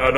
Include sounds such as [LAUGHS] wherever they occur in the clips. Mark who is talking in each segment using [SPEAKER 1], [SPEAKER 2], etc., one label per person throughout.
[SPEAKER 1] An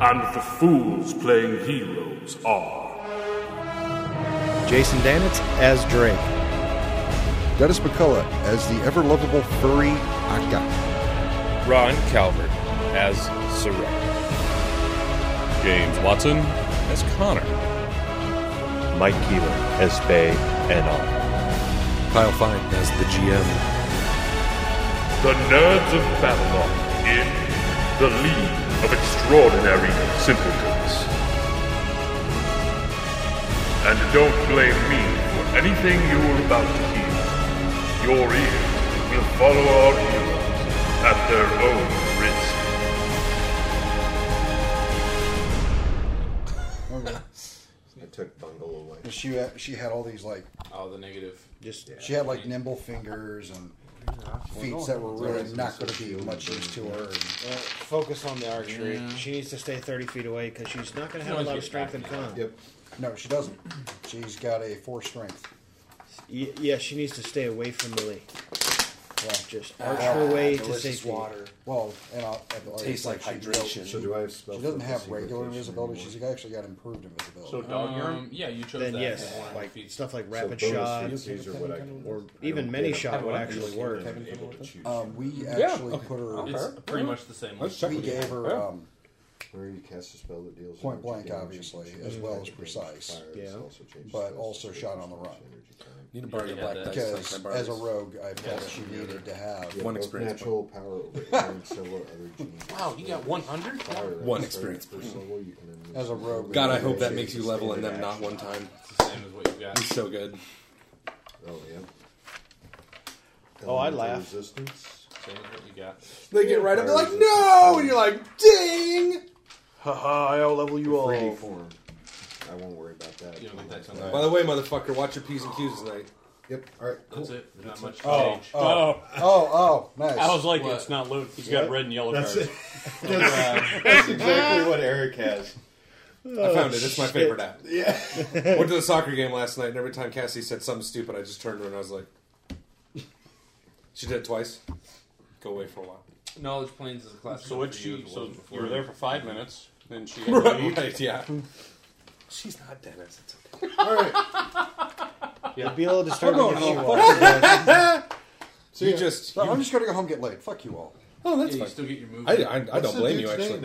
[SPEAKER 1] And the fools playing heroes are.
[SPEAKER 2] Jason Danitz as Drake.
[SPEAKER 3] Dennis McCullough as the ever lovable furry Akka.
[SPEAKER 4] Ron Calvert as Sarek. James Watson as Connor.
[SPEAKER 5] Mike Keeler as Bay and on.
[SPEAKER 6] Kyle Fine as the GM.
[SPEAKER 1] The Nerds of Babylon in The League of Extraordinary Simpletons. And don't blame me for anything you're about to hear. Your ears will follow our heroes at their own risk.
[SPEAKER 7] I took bungle away.
[SPEAKER 3] She she had all these like
[SPEAKER 8] Oh, the negative.
[SPEAKER 3] just she had like nimble fingers and feats that were really not going to be much use to her. And
[SPEAKER 2] Well, focus on the archery. She needs to stay 30 feet away because she's not going to have a lot of strength and con.
[SPEAKER 7] Yep.
[SPEAKER 3] no, she doesn't. She's got a four strength.
[SPEAKER 2] Y- yeah, she needs to stay away from Millie.
[SPEAKER 3] Well,
[SPEAKER 2] Just arch her way to safety.
[SPEAKER 3] well, and I'll, I'll
[SPEAKER 6] Tastes like
[SPEAKER 3] she-
[SPEAKER 6] hydration.
[SPEAKER 7] So do I have spell?
[SPEAKER 3] She doesn't
[SPEAKER 7] filter
[SPEAKER 3] have
[SPEAKER 7] secret
[SPEAKER 3] regular
[SPEAKER 7] location
[SPEAKER 3] invisibility. She's
[SPEAKER 7] anymore?
[SPEAKER 3] actually got improved invisibility.
[SPEAKER 8] So dog
[SPEAKER 9] Um,
[SPEAKER 8] urine? Oh, Yeah, you chose
[SPEAKER 2] Then
[SPEAKER 8] that.
[SPEAKER 2] yes,
[SPEAKER 8] as one of the
[SPEAKER 2] like
[SPEAKER 8] feats.
[SPEAKER 2] stuff like
[SPEAKER 7] So
[SPEAKER 2] rapid
[SPEAKER 7] bonus
[SPEAKER 2] shots
[SPEAKER 7] feats are what I can-
[SPEAKER 2] or
[SPEAKER 7] I
[SPEAKER 2] even
[SPEAKER 7] don't
[SPEAKER 2] many
[SPEAKER 7] get.
[SPEAKER 2] shot would
[SPEAKER 8] what?
[SPEAKER 2] actually work.
[SPEAKER 7] I'm able to choose.
[SPEAKER 3] um, we actually put her.
[SPEAKER 8] It's pretty much the same.
[SPEAKER 9] Let's
[SPEAKER 8] one.
[SPEAKER 9] check
[SPEAKER 3] We
[SPEAKER 9] with you.
[SPEAKER 3] gave her
[SPEAKER 9] Yeah.
[SPEAKER 3] um,
[SPEAKER 7] Where you cast a spell that deals
[SPEAKER 3] Point
[SPEAKER 7] energy
[SPEAKER 3] blank,
[SPEAKER 7] damage,
[SPEAKER 3] obviously,
[SPEAKER 7] you
[SPEAKER 3] as
[SPEAKER 7] can
[SPEAKER 3] well
[SPEAKER 7] attack
[SPEAKER 3] as
[SPEAKER 7] damage,
[SPEAKER 3] precise.
[SPEAKER 7] fire,
[SPEAKER 2] Yeah.
[SPEAKER 7] this also changes
[SPEAKER 3] But
[SPEAKER 7] spells
[SPEAKER 3] also
[SPEAKER 7] to
[SPEAKER 3] shot on the
[SPEAKER 7] damage
[SPEAKER 3] run.
[SPEAKER 7] energy time.
[SPEAKER 9] Need to borrow your
[SPEAKER 8] Yeah,
[SPEAKER 9] black
[SPEAKER 8] that-
[SPEAKER 9] dice.
[SPEAKER 3] because
[SPEAKER 9] like I borrowed
[SPEAKER 3] as a
[SPEAKER 9] this.
[SPEAKER 3] rogue, I felt she needed to have.
[SPEAKER 7] Yeah,
[SPEAKER 9] One
[SPEAKER 7] both
[SPEAKER 9] experience
[SPEAKER 7] Natural
[SPEAKER 9] [LAUGHS]
[SPEAKER 7] power over and several other genies.
[SPEAKER 8] Wow, you got 100?
[SPEAKER 7] Fire at
[SPEAKER 9] One
[SPEAKER 7] third
[SPEAKER 9] experience
[SPEAKER 7] person level, you can unleash
[SPEAKER 3] As a rogue.
[SPEAKER 9] God, I
[SPEAKER 3] we-
[SPEAKER 9] hope that makes you level in them not one time.
[SPEAKER 8] It's the same as what you got.
[SPEAKER 9] He's so good.
[SPEAKER 7] Oh yeah.
[SPEAKER 2] Oh, I
[SPEAKER 7] Elemental
[SPEAKER 2] laugh.
[SPEAKER 7] Resistance.
[SPEAKER 8] Same as what you got.
[SPEAKER 9] They get right up, they're like, no! And you're like, dang!
[SPEAKER 2] Haha, I'll level you
[SPEAKER 7] Three D form. I won't worry about that.
[SPEAKER 8] You don't get that
[SPEAKER 9] By
[SPEAKER 8] sometimes.
[SPEAKER 9] the way, motherfucker, watch your P's and Q's tonight.
[SPEAKER 7] Yep. All right. Cool.
[SPEAKER 8] That's it. Not much
[SPEAKER 3] Oh,
[SPEAKER 8] change.
[SPEAKER 3] oh, oh, oh, nice.
[SPEAKER 10] I was like,
[SPEAKER 8] What?
[SPEAKER 10] it's not loot. He's got red and yellow
[SPEAKER 7] That's
[SPEAKER 10] cards.
[SPEAKER 7] it. That's, that's exactly what Eric has.
[SPEAKER 9] I found it. It's my favorite app. Oh, Yeah.
[SPEAKER 10] [LAUGHS]
[SPEAKER 9] Went to the soccer game last night, and every time Cassie said something stupid, I just turned to her and I was like, she did it twice. Go away for a while.
[SPEAKER 8] Knowledge planes is a classic.
[SPEAKER 10] So
[SPEAKER 8] one
[SPEAKER 10] what
[SPEAKER 8] for you
[SPEAKER 10] she?
[SPEAKER 8] as well
[SPEAKER 10] So
[SPEAKER 8] as before.
[SPEAKER 10] you were there for five minutes. Then
[SPEAKER 9] [LAUGHS]
[SPEAKER 10] she.
[SPEAKER 9] Right, yeah. She's not Dennis. It's okay.
[SPEAKER 7] All right.
[SPEAKER 2] It'd be a little disturbing if she was.
[SPEAKER 7] So
[SPEAKER 9] You just.
[SPEAKER 3] No,
[SPEAKER 9] You,
[SPEAKER 3] I'm just gonna go home and get laid. Fuck you all.
[SPEAKER 9] oh,
[SPEAKER 8] Yeah,
[SPEAKER 9] that's
[SPEAKER 8] you
[SPEAKER 9] fine.
[SPEAKER 8] still get your movie.
[SPEAKER 9] I, I, I don't blame you, actually.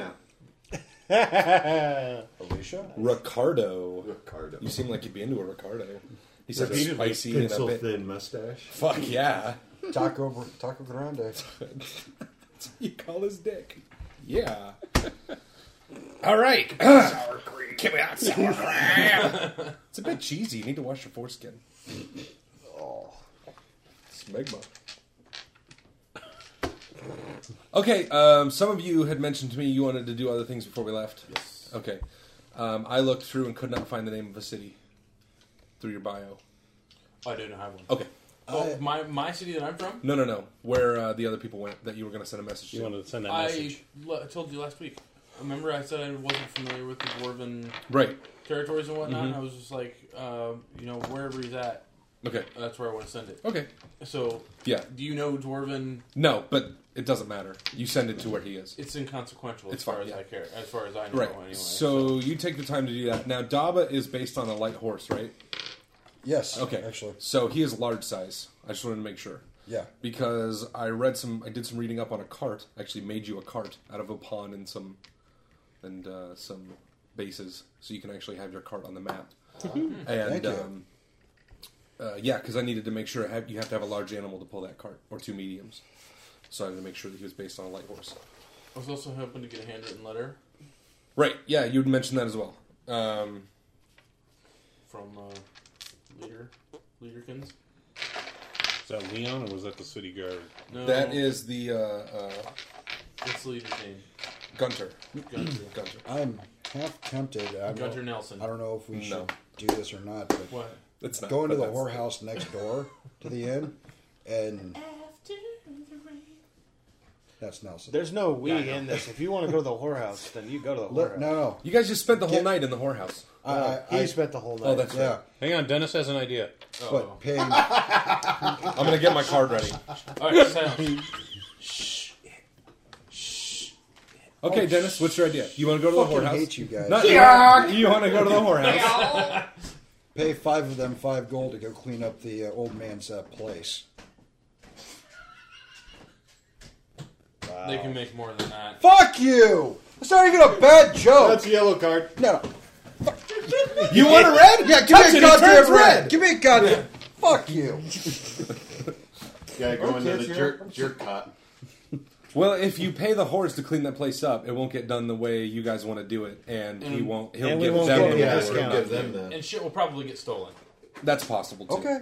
[SPEAKER 3] Alicia?
[SPEAKER 9] Ricardo.
[SPEAKER 7] Ricardo.
[SPEAKER 9] You seem like you'd be into a Ricardo. He's like
[SPEAKER 10] Repeatedly.
[SPEAKER 9] spicy and a
[SPEAKER 7] Pencil
[SPEAKER 9] bit.
[SPEAKER 7] thin mustache.
[SPEAKER 9] Fuck yeah.
[SPEAKER 3] Taco, Taco Grande.
[SPEAKER 9] You call his dick. Yeah. [LAUGHS] All right. [CLEARS THROAT] sour cream. Give me that [LAUGHS] sour cream. it's a bit cheesy. You need to wash your foreskin. Oh. Smegma. Okay, um, some of you had mentioned to me you wanted to do other things before we left. Yes. Okay. Um, I looked through and could not find the name of a city through your bio.
[SPEAKER 10] I didn't have one.
[SPEAKER 9] Okay.
[SPEAKER 8] Oh, my, my city that I'm from?
[SPEAKER 9] No, no, no. Where uh, the other people went that you were going to send a message
[SPEAKER 10] You
[SPEAKER 9] to.
[SPEAKER 10] wanted to send that
[SPEAKER 8] I
[SPEAKER 10] message.
[SPEAKER 8] l- told you last week. Remember I said I wasn't familiar with the Dwarven
[SPEAKER 9] Right.
[SPEAKER 8] territories and whatnot?
[SPEAKER 4] Mm-hmm.
[SPEAKER 8] I was just like, uh, you know, wherever he's at,
[SPEAKER 9] Okay.
[SPEAKER 8] that's where I want to send it.
[SPEAKER 9] Okay.
[SPEAKER 8] So,
[SPEAKER 9] Yeah.
[SPEAKER 8] do you know Dwarven?
[SPEAKER 9] No, but it doesn't matter. You send it to where he is.
[SPEAKER 8] It's inconsequential
[SPEAKER 9] It's
[SPEAKER 8] as far
[SPEAKER 9] fine,
[SPEAKER 8] as
[SPEAKER 9] yeah.
[SPEAKER 8] I care, as far as I know.
[SPEAKER 9] Right.
[SPEAKER 8] Oh, Anyway,
[SPEAKER 9] So you take the time to do that. Now, Daba is based on a light horse, right?
[SPEAKER 3] Yes.
[SPEAKER 9] Okay.
[SPEAKER 3] Actually.
[SPEAKER 9] So he is large size. I just wanted to make sure.
[SPEAKER 3] Yeah.
[SPEAKER 9] Because I read some, I did some reading up on a cart. Actually, made you a cart out of a pond and some, and uh, some bases, so you can actually have your cart on the map. and
[SPEAKER 3] Thank you.
[SPEAKER 9] um, uh, yeah, because I needed to make sure I had, you have to have a large animal to pull that cart or two mediums. So I had to make sure that he was based on a light horse.
[SPEAKER 8] I was also hoping to get a handwritten letter
[SPEAKER 9] Right. Yeah, you would mention that as well. Um,
[SPEAKER 8] from uh, leader leaderkins.
[SPEAKER 4] Is that Leon or was that the city guard?
[SPEAKER 8] No,
[SPEAKER 9] That is the uh, uh,
[SPEAKER 8] What's the leader's name?
[SPEAKER 9] Gunter. [CLEARS THROAT]
[SPEAKER 8] Gunter.
[SPEAKER 9] Gunter.
[SPEAKER 3] I'm half tempted. I don't-
[SPEAKER 8] Gunter Nelson.
[SPEAKER 3] I don't know if we
[SPEAKER 9] No.
[SPEAKER 3] should do this or not, but
[SPEAKER 8] What?
[SPEAKER 9] It's not,
[SPEAKER 3] going to
[SPEAKER 9] but
[SPEAKER 3] the
[SPEAKER 9] that's-
[SPEAKER 3] whorehouse next door to the inn, and that's Nelson.
[SPEAKER 2] There's no we in this. If you want to go to the whorehouse, then you go to the
[SPEAKER 3] Look,
[SPEAKER 2] whorehouse. Uh,
[SPEAKER 3] no, no.
[SPEAKER 9] You guys just spent the whole
[SPEAKER 3] Get-
[SPEAKER 9] night in the whorehouse.
[SPEAKER 3] I, I,
[SPEAKER 2] he
[SPEAKER 3] I-
[SPEAKER 2] spent the whole night.
[SPEAKER 9] Oh, that's
[SPEAKER 3] yeah,
[SPEAKER 9] right.
[SPEAKER 4] Hang on, Dennis has an idea.
[SPEAKER 3] but
[SPEAKER 2] [LAUGHS]
[SPEAKER 3] paying
[SPEAKER 9] I'm gonna get my card ready.
[SPEAKER 8] All right,
[SPEAKER 9] [LAUGHS]
[SPEAKER 8] sound.
[SPEAKER 9] Okay, Dennis, what's your idea? You want to go to the
[SPEAKER 3] Oh, Fucking
[SPEAKER 9] whorehouse?
[SPEAKER 3] hate you guys.
[SPEAKER 9] Not- You want to go to the whorehouse?
[SPEAKER 3] pay five of them five gold to go clean up the uh, old man's uh, place.
[SPEAKER 8] they can make more than that.
[SPEAKER 3] Fuck you! It's not even a bad joke.
[SPEAKER 7] That's a yellow card.
[SPEAKER 3] no.
[SPEAKER 9] You want a red?
[SPEAKER 3] Yeah, give
[SPEAKER 9] Touch
[SPEAKER 3] me
[SPEAKER 9] it,
[SPEAKER 3] a
[SPEAKER 9] it turns
[SPEAKER 3] goddamn
[SPEAKER 9] red.
[SPEAKER 3] red. Give me a goddamn. Fuck you.
[SPEAKER 7] Gotta go into the jerk, jerk cot.
[SPEAKER 9] Well, if you pay the horse to clean that place up, it won't get done the way you guys want to do it, and
[SPEAKER 11] Mm.
[SPEAKER 9] he won't. He'll
[SPEAKER 2] and we
[SPEAKER 9] give
[SPEAKER 2] won't
[SPEAKER 9] them
[SPEAKER 2] get
[SPEAKER 9] the
[SPEAKER 2] any
[SPEAKER 9] reward.
[SPEAKER 2] discount.
[SPEAKER 7] Give them the.
[SPEAKER 8] And shit will probably get stolen.
[SPEAKER 9] That's possible too.
[SPEAKER 3] Okay.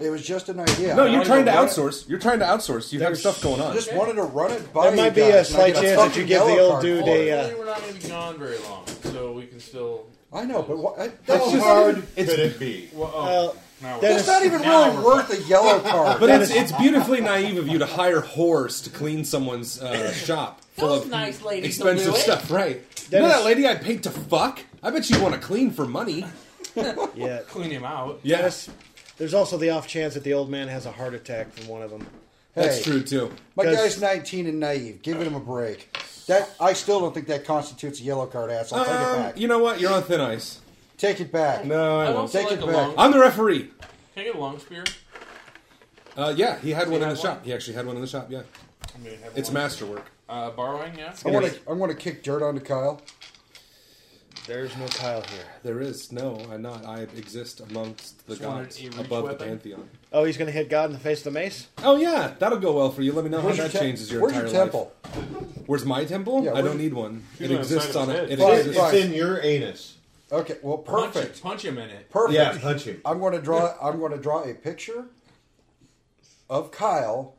[SPEAKER 3] It was just an idea.
[SPEAKER 9] No,
[SPEAKER 3] I
[SPEAKER 9] you're
[SPEAKER 3] wanted
[SPEAKER 9] trying to
[SPEAKER 3] run it-
[SPEAKER 9] outsource. You're trying to outsource. You have stuff going
[SPEAKER 3] I
[SPEAKER 9] on.
[SPEAKER 3] just wanted to run it by
[SPEAKER 2] There
[SPEAKER 3] you
[SPEAKER 2] might be a
[SPEAKER 3] guys, and I
[SPEAKER 2] slight
[SPEAKER 3] get
[SPEAKER 2] chance that
[SPEAKER 3] fucking
[SPEAKER 2] you give the
[SPEAKER 3] yellow
[SPEAKER 2] old
[SPEAKER 3] card
[SPEAKER 2] dude
[SPEAKER 3] for it.
[SPEAKER 2] a. Uh,
[SPEAKER 8] Hopefully we're not going to be gone very long, so we can still.
[SPEAKER 3] I know, but what, I, that's
[SPEAKER 7] How
[SPEAKER 3] just,
[SPEAKER 7] hard
[SPEAKER 9] it's-
[SPEAKER 7] could it be?
[SPEAKER 8] Well, oh,
[SPEAKER 2] well,
[SPEAKER 8] now we're-
[SPEAKER 3] that's not even
[SPEAKER 8] Now
[SPEAKER 3] really
[SPEAKER 8] we're
[SPEAKER 3] worth a yellow card.
[SPEAKER 9] [LAUGHS] But it's, it's beautifully naive of you to hire whores to clean someone's uh, shop full
[SPEAKER 11] Those
[SPEAKER 9] of
[SPEAKER 11] nice ladies will
[SPEAKER 9] expensive
[SPEAKER 11] do it.
[SPEAKER 9] stuff, right? You
[SPEAKER 2] That
[SPEAKER 9] know
[SPEAKER 2] is-
[SPEAKER 9] that lady I paid to fuck? I bet you want to clean for money.
[SPEAKER 2] yeah.
[SPEAKER 8] clean him out.
[SPEAKER 9] Yes,
[SPEAKER 2] There's also the off chance that the old man has a heart attack from one of them.
[SPEAKER 9] that's
[SPEAKER 3] Hey,
[SPEAKER 9] true too.
[SPEAKER 3] My
[SPEAKER 2] 'Cause-
[SPEAKER 3] guy's 19 and naive. Giving him a break. That I still don't think that constitutes a yellow card, asshole. Take it
[SPEAKER 9] Um,
[SPEAKER 3] back.
[SPEAKER 9] you know what? You're on thin ice.
[SPEAKER 3] Take it back.
[SPEAKER 9] No, I
[SPEAKER 8] I'd
[SPEAKER 9] won't.
[SPEAKER 8] also
[SPEAKER 3] Take
[SPEAKER 8] like
[SPEAKER 3] it
[SPEAKER 8] a
[SPEAKER 3] back.
[SPEAKER 8] long.
[SPEAKER 9] I'm the referee.
[SPEAKER 8] Can I get a long spear?
[SPEAKER 9] Uh, yeah, he had one in
[SPEAKER 8] had
[SPEAKER 9] the
[SPEAKER 8] one?
[SPEAKER 9] shop. He actually had one in the shop. Yeah,
[SPEAKER 8] I mean, have
[SPEAKER 9] it's
[SPEAKER 8] one.
[SPEAKER 9] masterwork.
[SPEAKER 8] Uh, borrowing, yeah.
[SPEAKER 3] I want to. I want to kick dirt onto Kyle.
[SPEAKER 2] There's no Kyle here.
[SPEAKER 9] There is no, I'm not. I exist amongst the
[SPEAKER 8] Just wanted
[SPEAKER 9] gods
[SPEAKER 8] a reach
[SPEAKER 9] above the
[SPEAKER 8] weapon.
[SPEAKER 9] pantheon.
[SPEAKER 2] Oh, he's going to hit God in the face with a mace?
[SPEAKER 9] Oh yeah, that'll go well for you. Let me know
[SPEAKER 3] Where's
[SPEAKER 9] how
[SPEAKER 3] your
[SPEAKER 9] that
[SPEAKER 3] te-
[SPEAKER 9] changes your
[SPEAKER 3] where's
[SPEAKER 9] entire
[SPEAKER 3] your temple?
[SPEAKER 9] life. Where's my temple?
[SPEAKER 3] Yeah,
[SPEAKER 9] I
[SPEAKER 3] where's-
[SPEAKER 9] don't need one. It
[SPEAKER 4] on the
[SPEAKER 9] exists
[SPEAKER 4] side of
[SPEAKER 9] on
[SPEAKER 4] his
[SPEAKER 9] it.
[SPEAKER 4] head.
[SPEAKER 9] It
[SPEAKER 3] Fine,
[SPEAKER 9] exists.
[SPEAKER 3] fine.
[SPEAKER 7] It's in your anus.
[SPEAKER 3] Okay. Well,
[SPEAKER 8] Punch
[SPEAKER 3] perfect.
[SPEAKER 8] him- Punch him in it.
[SPEAKER 3] Perfect.
[SPEAKER 7] Yeah, punch him.
[SPEAKER 3] I'm going to draw. I'm going to draw a picture of Kyle.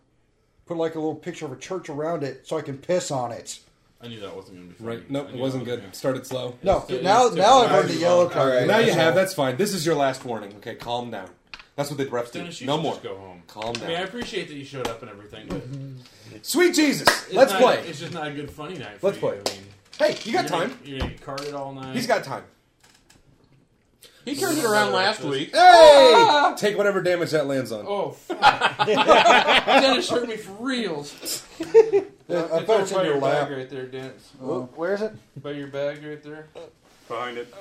[SPEAKER 3] Put like a little picture of a church around it, so I can piss on it.
[SPEAKER 8] I knew that wasn't going to be funny.
[SPEAKER 9] Right? Nope,
[SPEAKER 8] I
[SPEAKER 9] it
[SPEAKER 8] knew
[SPEAKER 9] wasn't
[SPEAKER 8] that
[SPEAKER 9] good. Started slow.
[SPEAKER 3] No,
[SPEAKER 8] It's-
[SPEAKER 3] now
[SPEAKER 8] it's
[SPEAKER 3] now I've
[SPEAKER 8] different.
[SPEAKER 3] earned the yellow card.
[SPEAKER 7] All right.
[SPEAKER 9] Now you
[SPEAKER 3] That's
[SPEAKER 9] have.
[SPEAKER 3] all.
[SPEAKER 9] That's fine. This is your last warning. Okay, calm down. That's what the refs do.
[SPEAKER 8] Dennis, you
[SPEAKER 9] No
[SPEAKER 8] should
[SPEAKER 9] more.
[SPEAKER 8] Just go home.
[SPEAKER 9] Calm
[SPEAKER 8] I mean, I
[SPEAKER 9] down.
[SPEAKER 8] appreciate that you showed up and everything, but
[SPEAKER 9] Sweet Jesus,
[SPEAKER 8] it's
[SPEAKER 9] let's
[SPEAKER 8] not-
[SPEAKER 9] play.
[SPEAKER 8] It's just not a good funny night. For
[SPEAKER 9] Let's
[SPEAKER 8] you.
[SPEAKER 9] play.
[SPEAKER 8] I mean,
[SPEAKER 9] Hey, you got
[SPEAKER 8] you're gonna-
[SPEAKER 9] time.
[SPEAKER 8] You're gonna get carded all night.
[SPEAKER 9] He's got time.
[SPEAKER 4] He turned it around last week.
[SPEAKER 9] Hey, take whatever damage that lands on.
[SPEAKER 8] Oh, fuck. [LAUGHS] Dennis hurt me for reals.
[SPEAKER 3] Yeah, I
[SPEAKER 8] It's
[SPEAKER 3] bet
[SPEAKER 8] over
[SPEAKER 3] it's
[SPEAKER 8] by
[SPEAKER 3] in your lap.
[SPEAKER 8] bag right there, Dennis.
[SPEAKER 2] Where is it?
[SPEAKER 8] By your bag right there. Oh,
[SPEAKER 4] Behind it.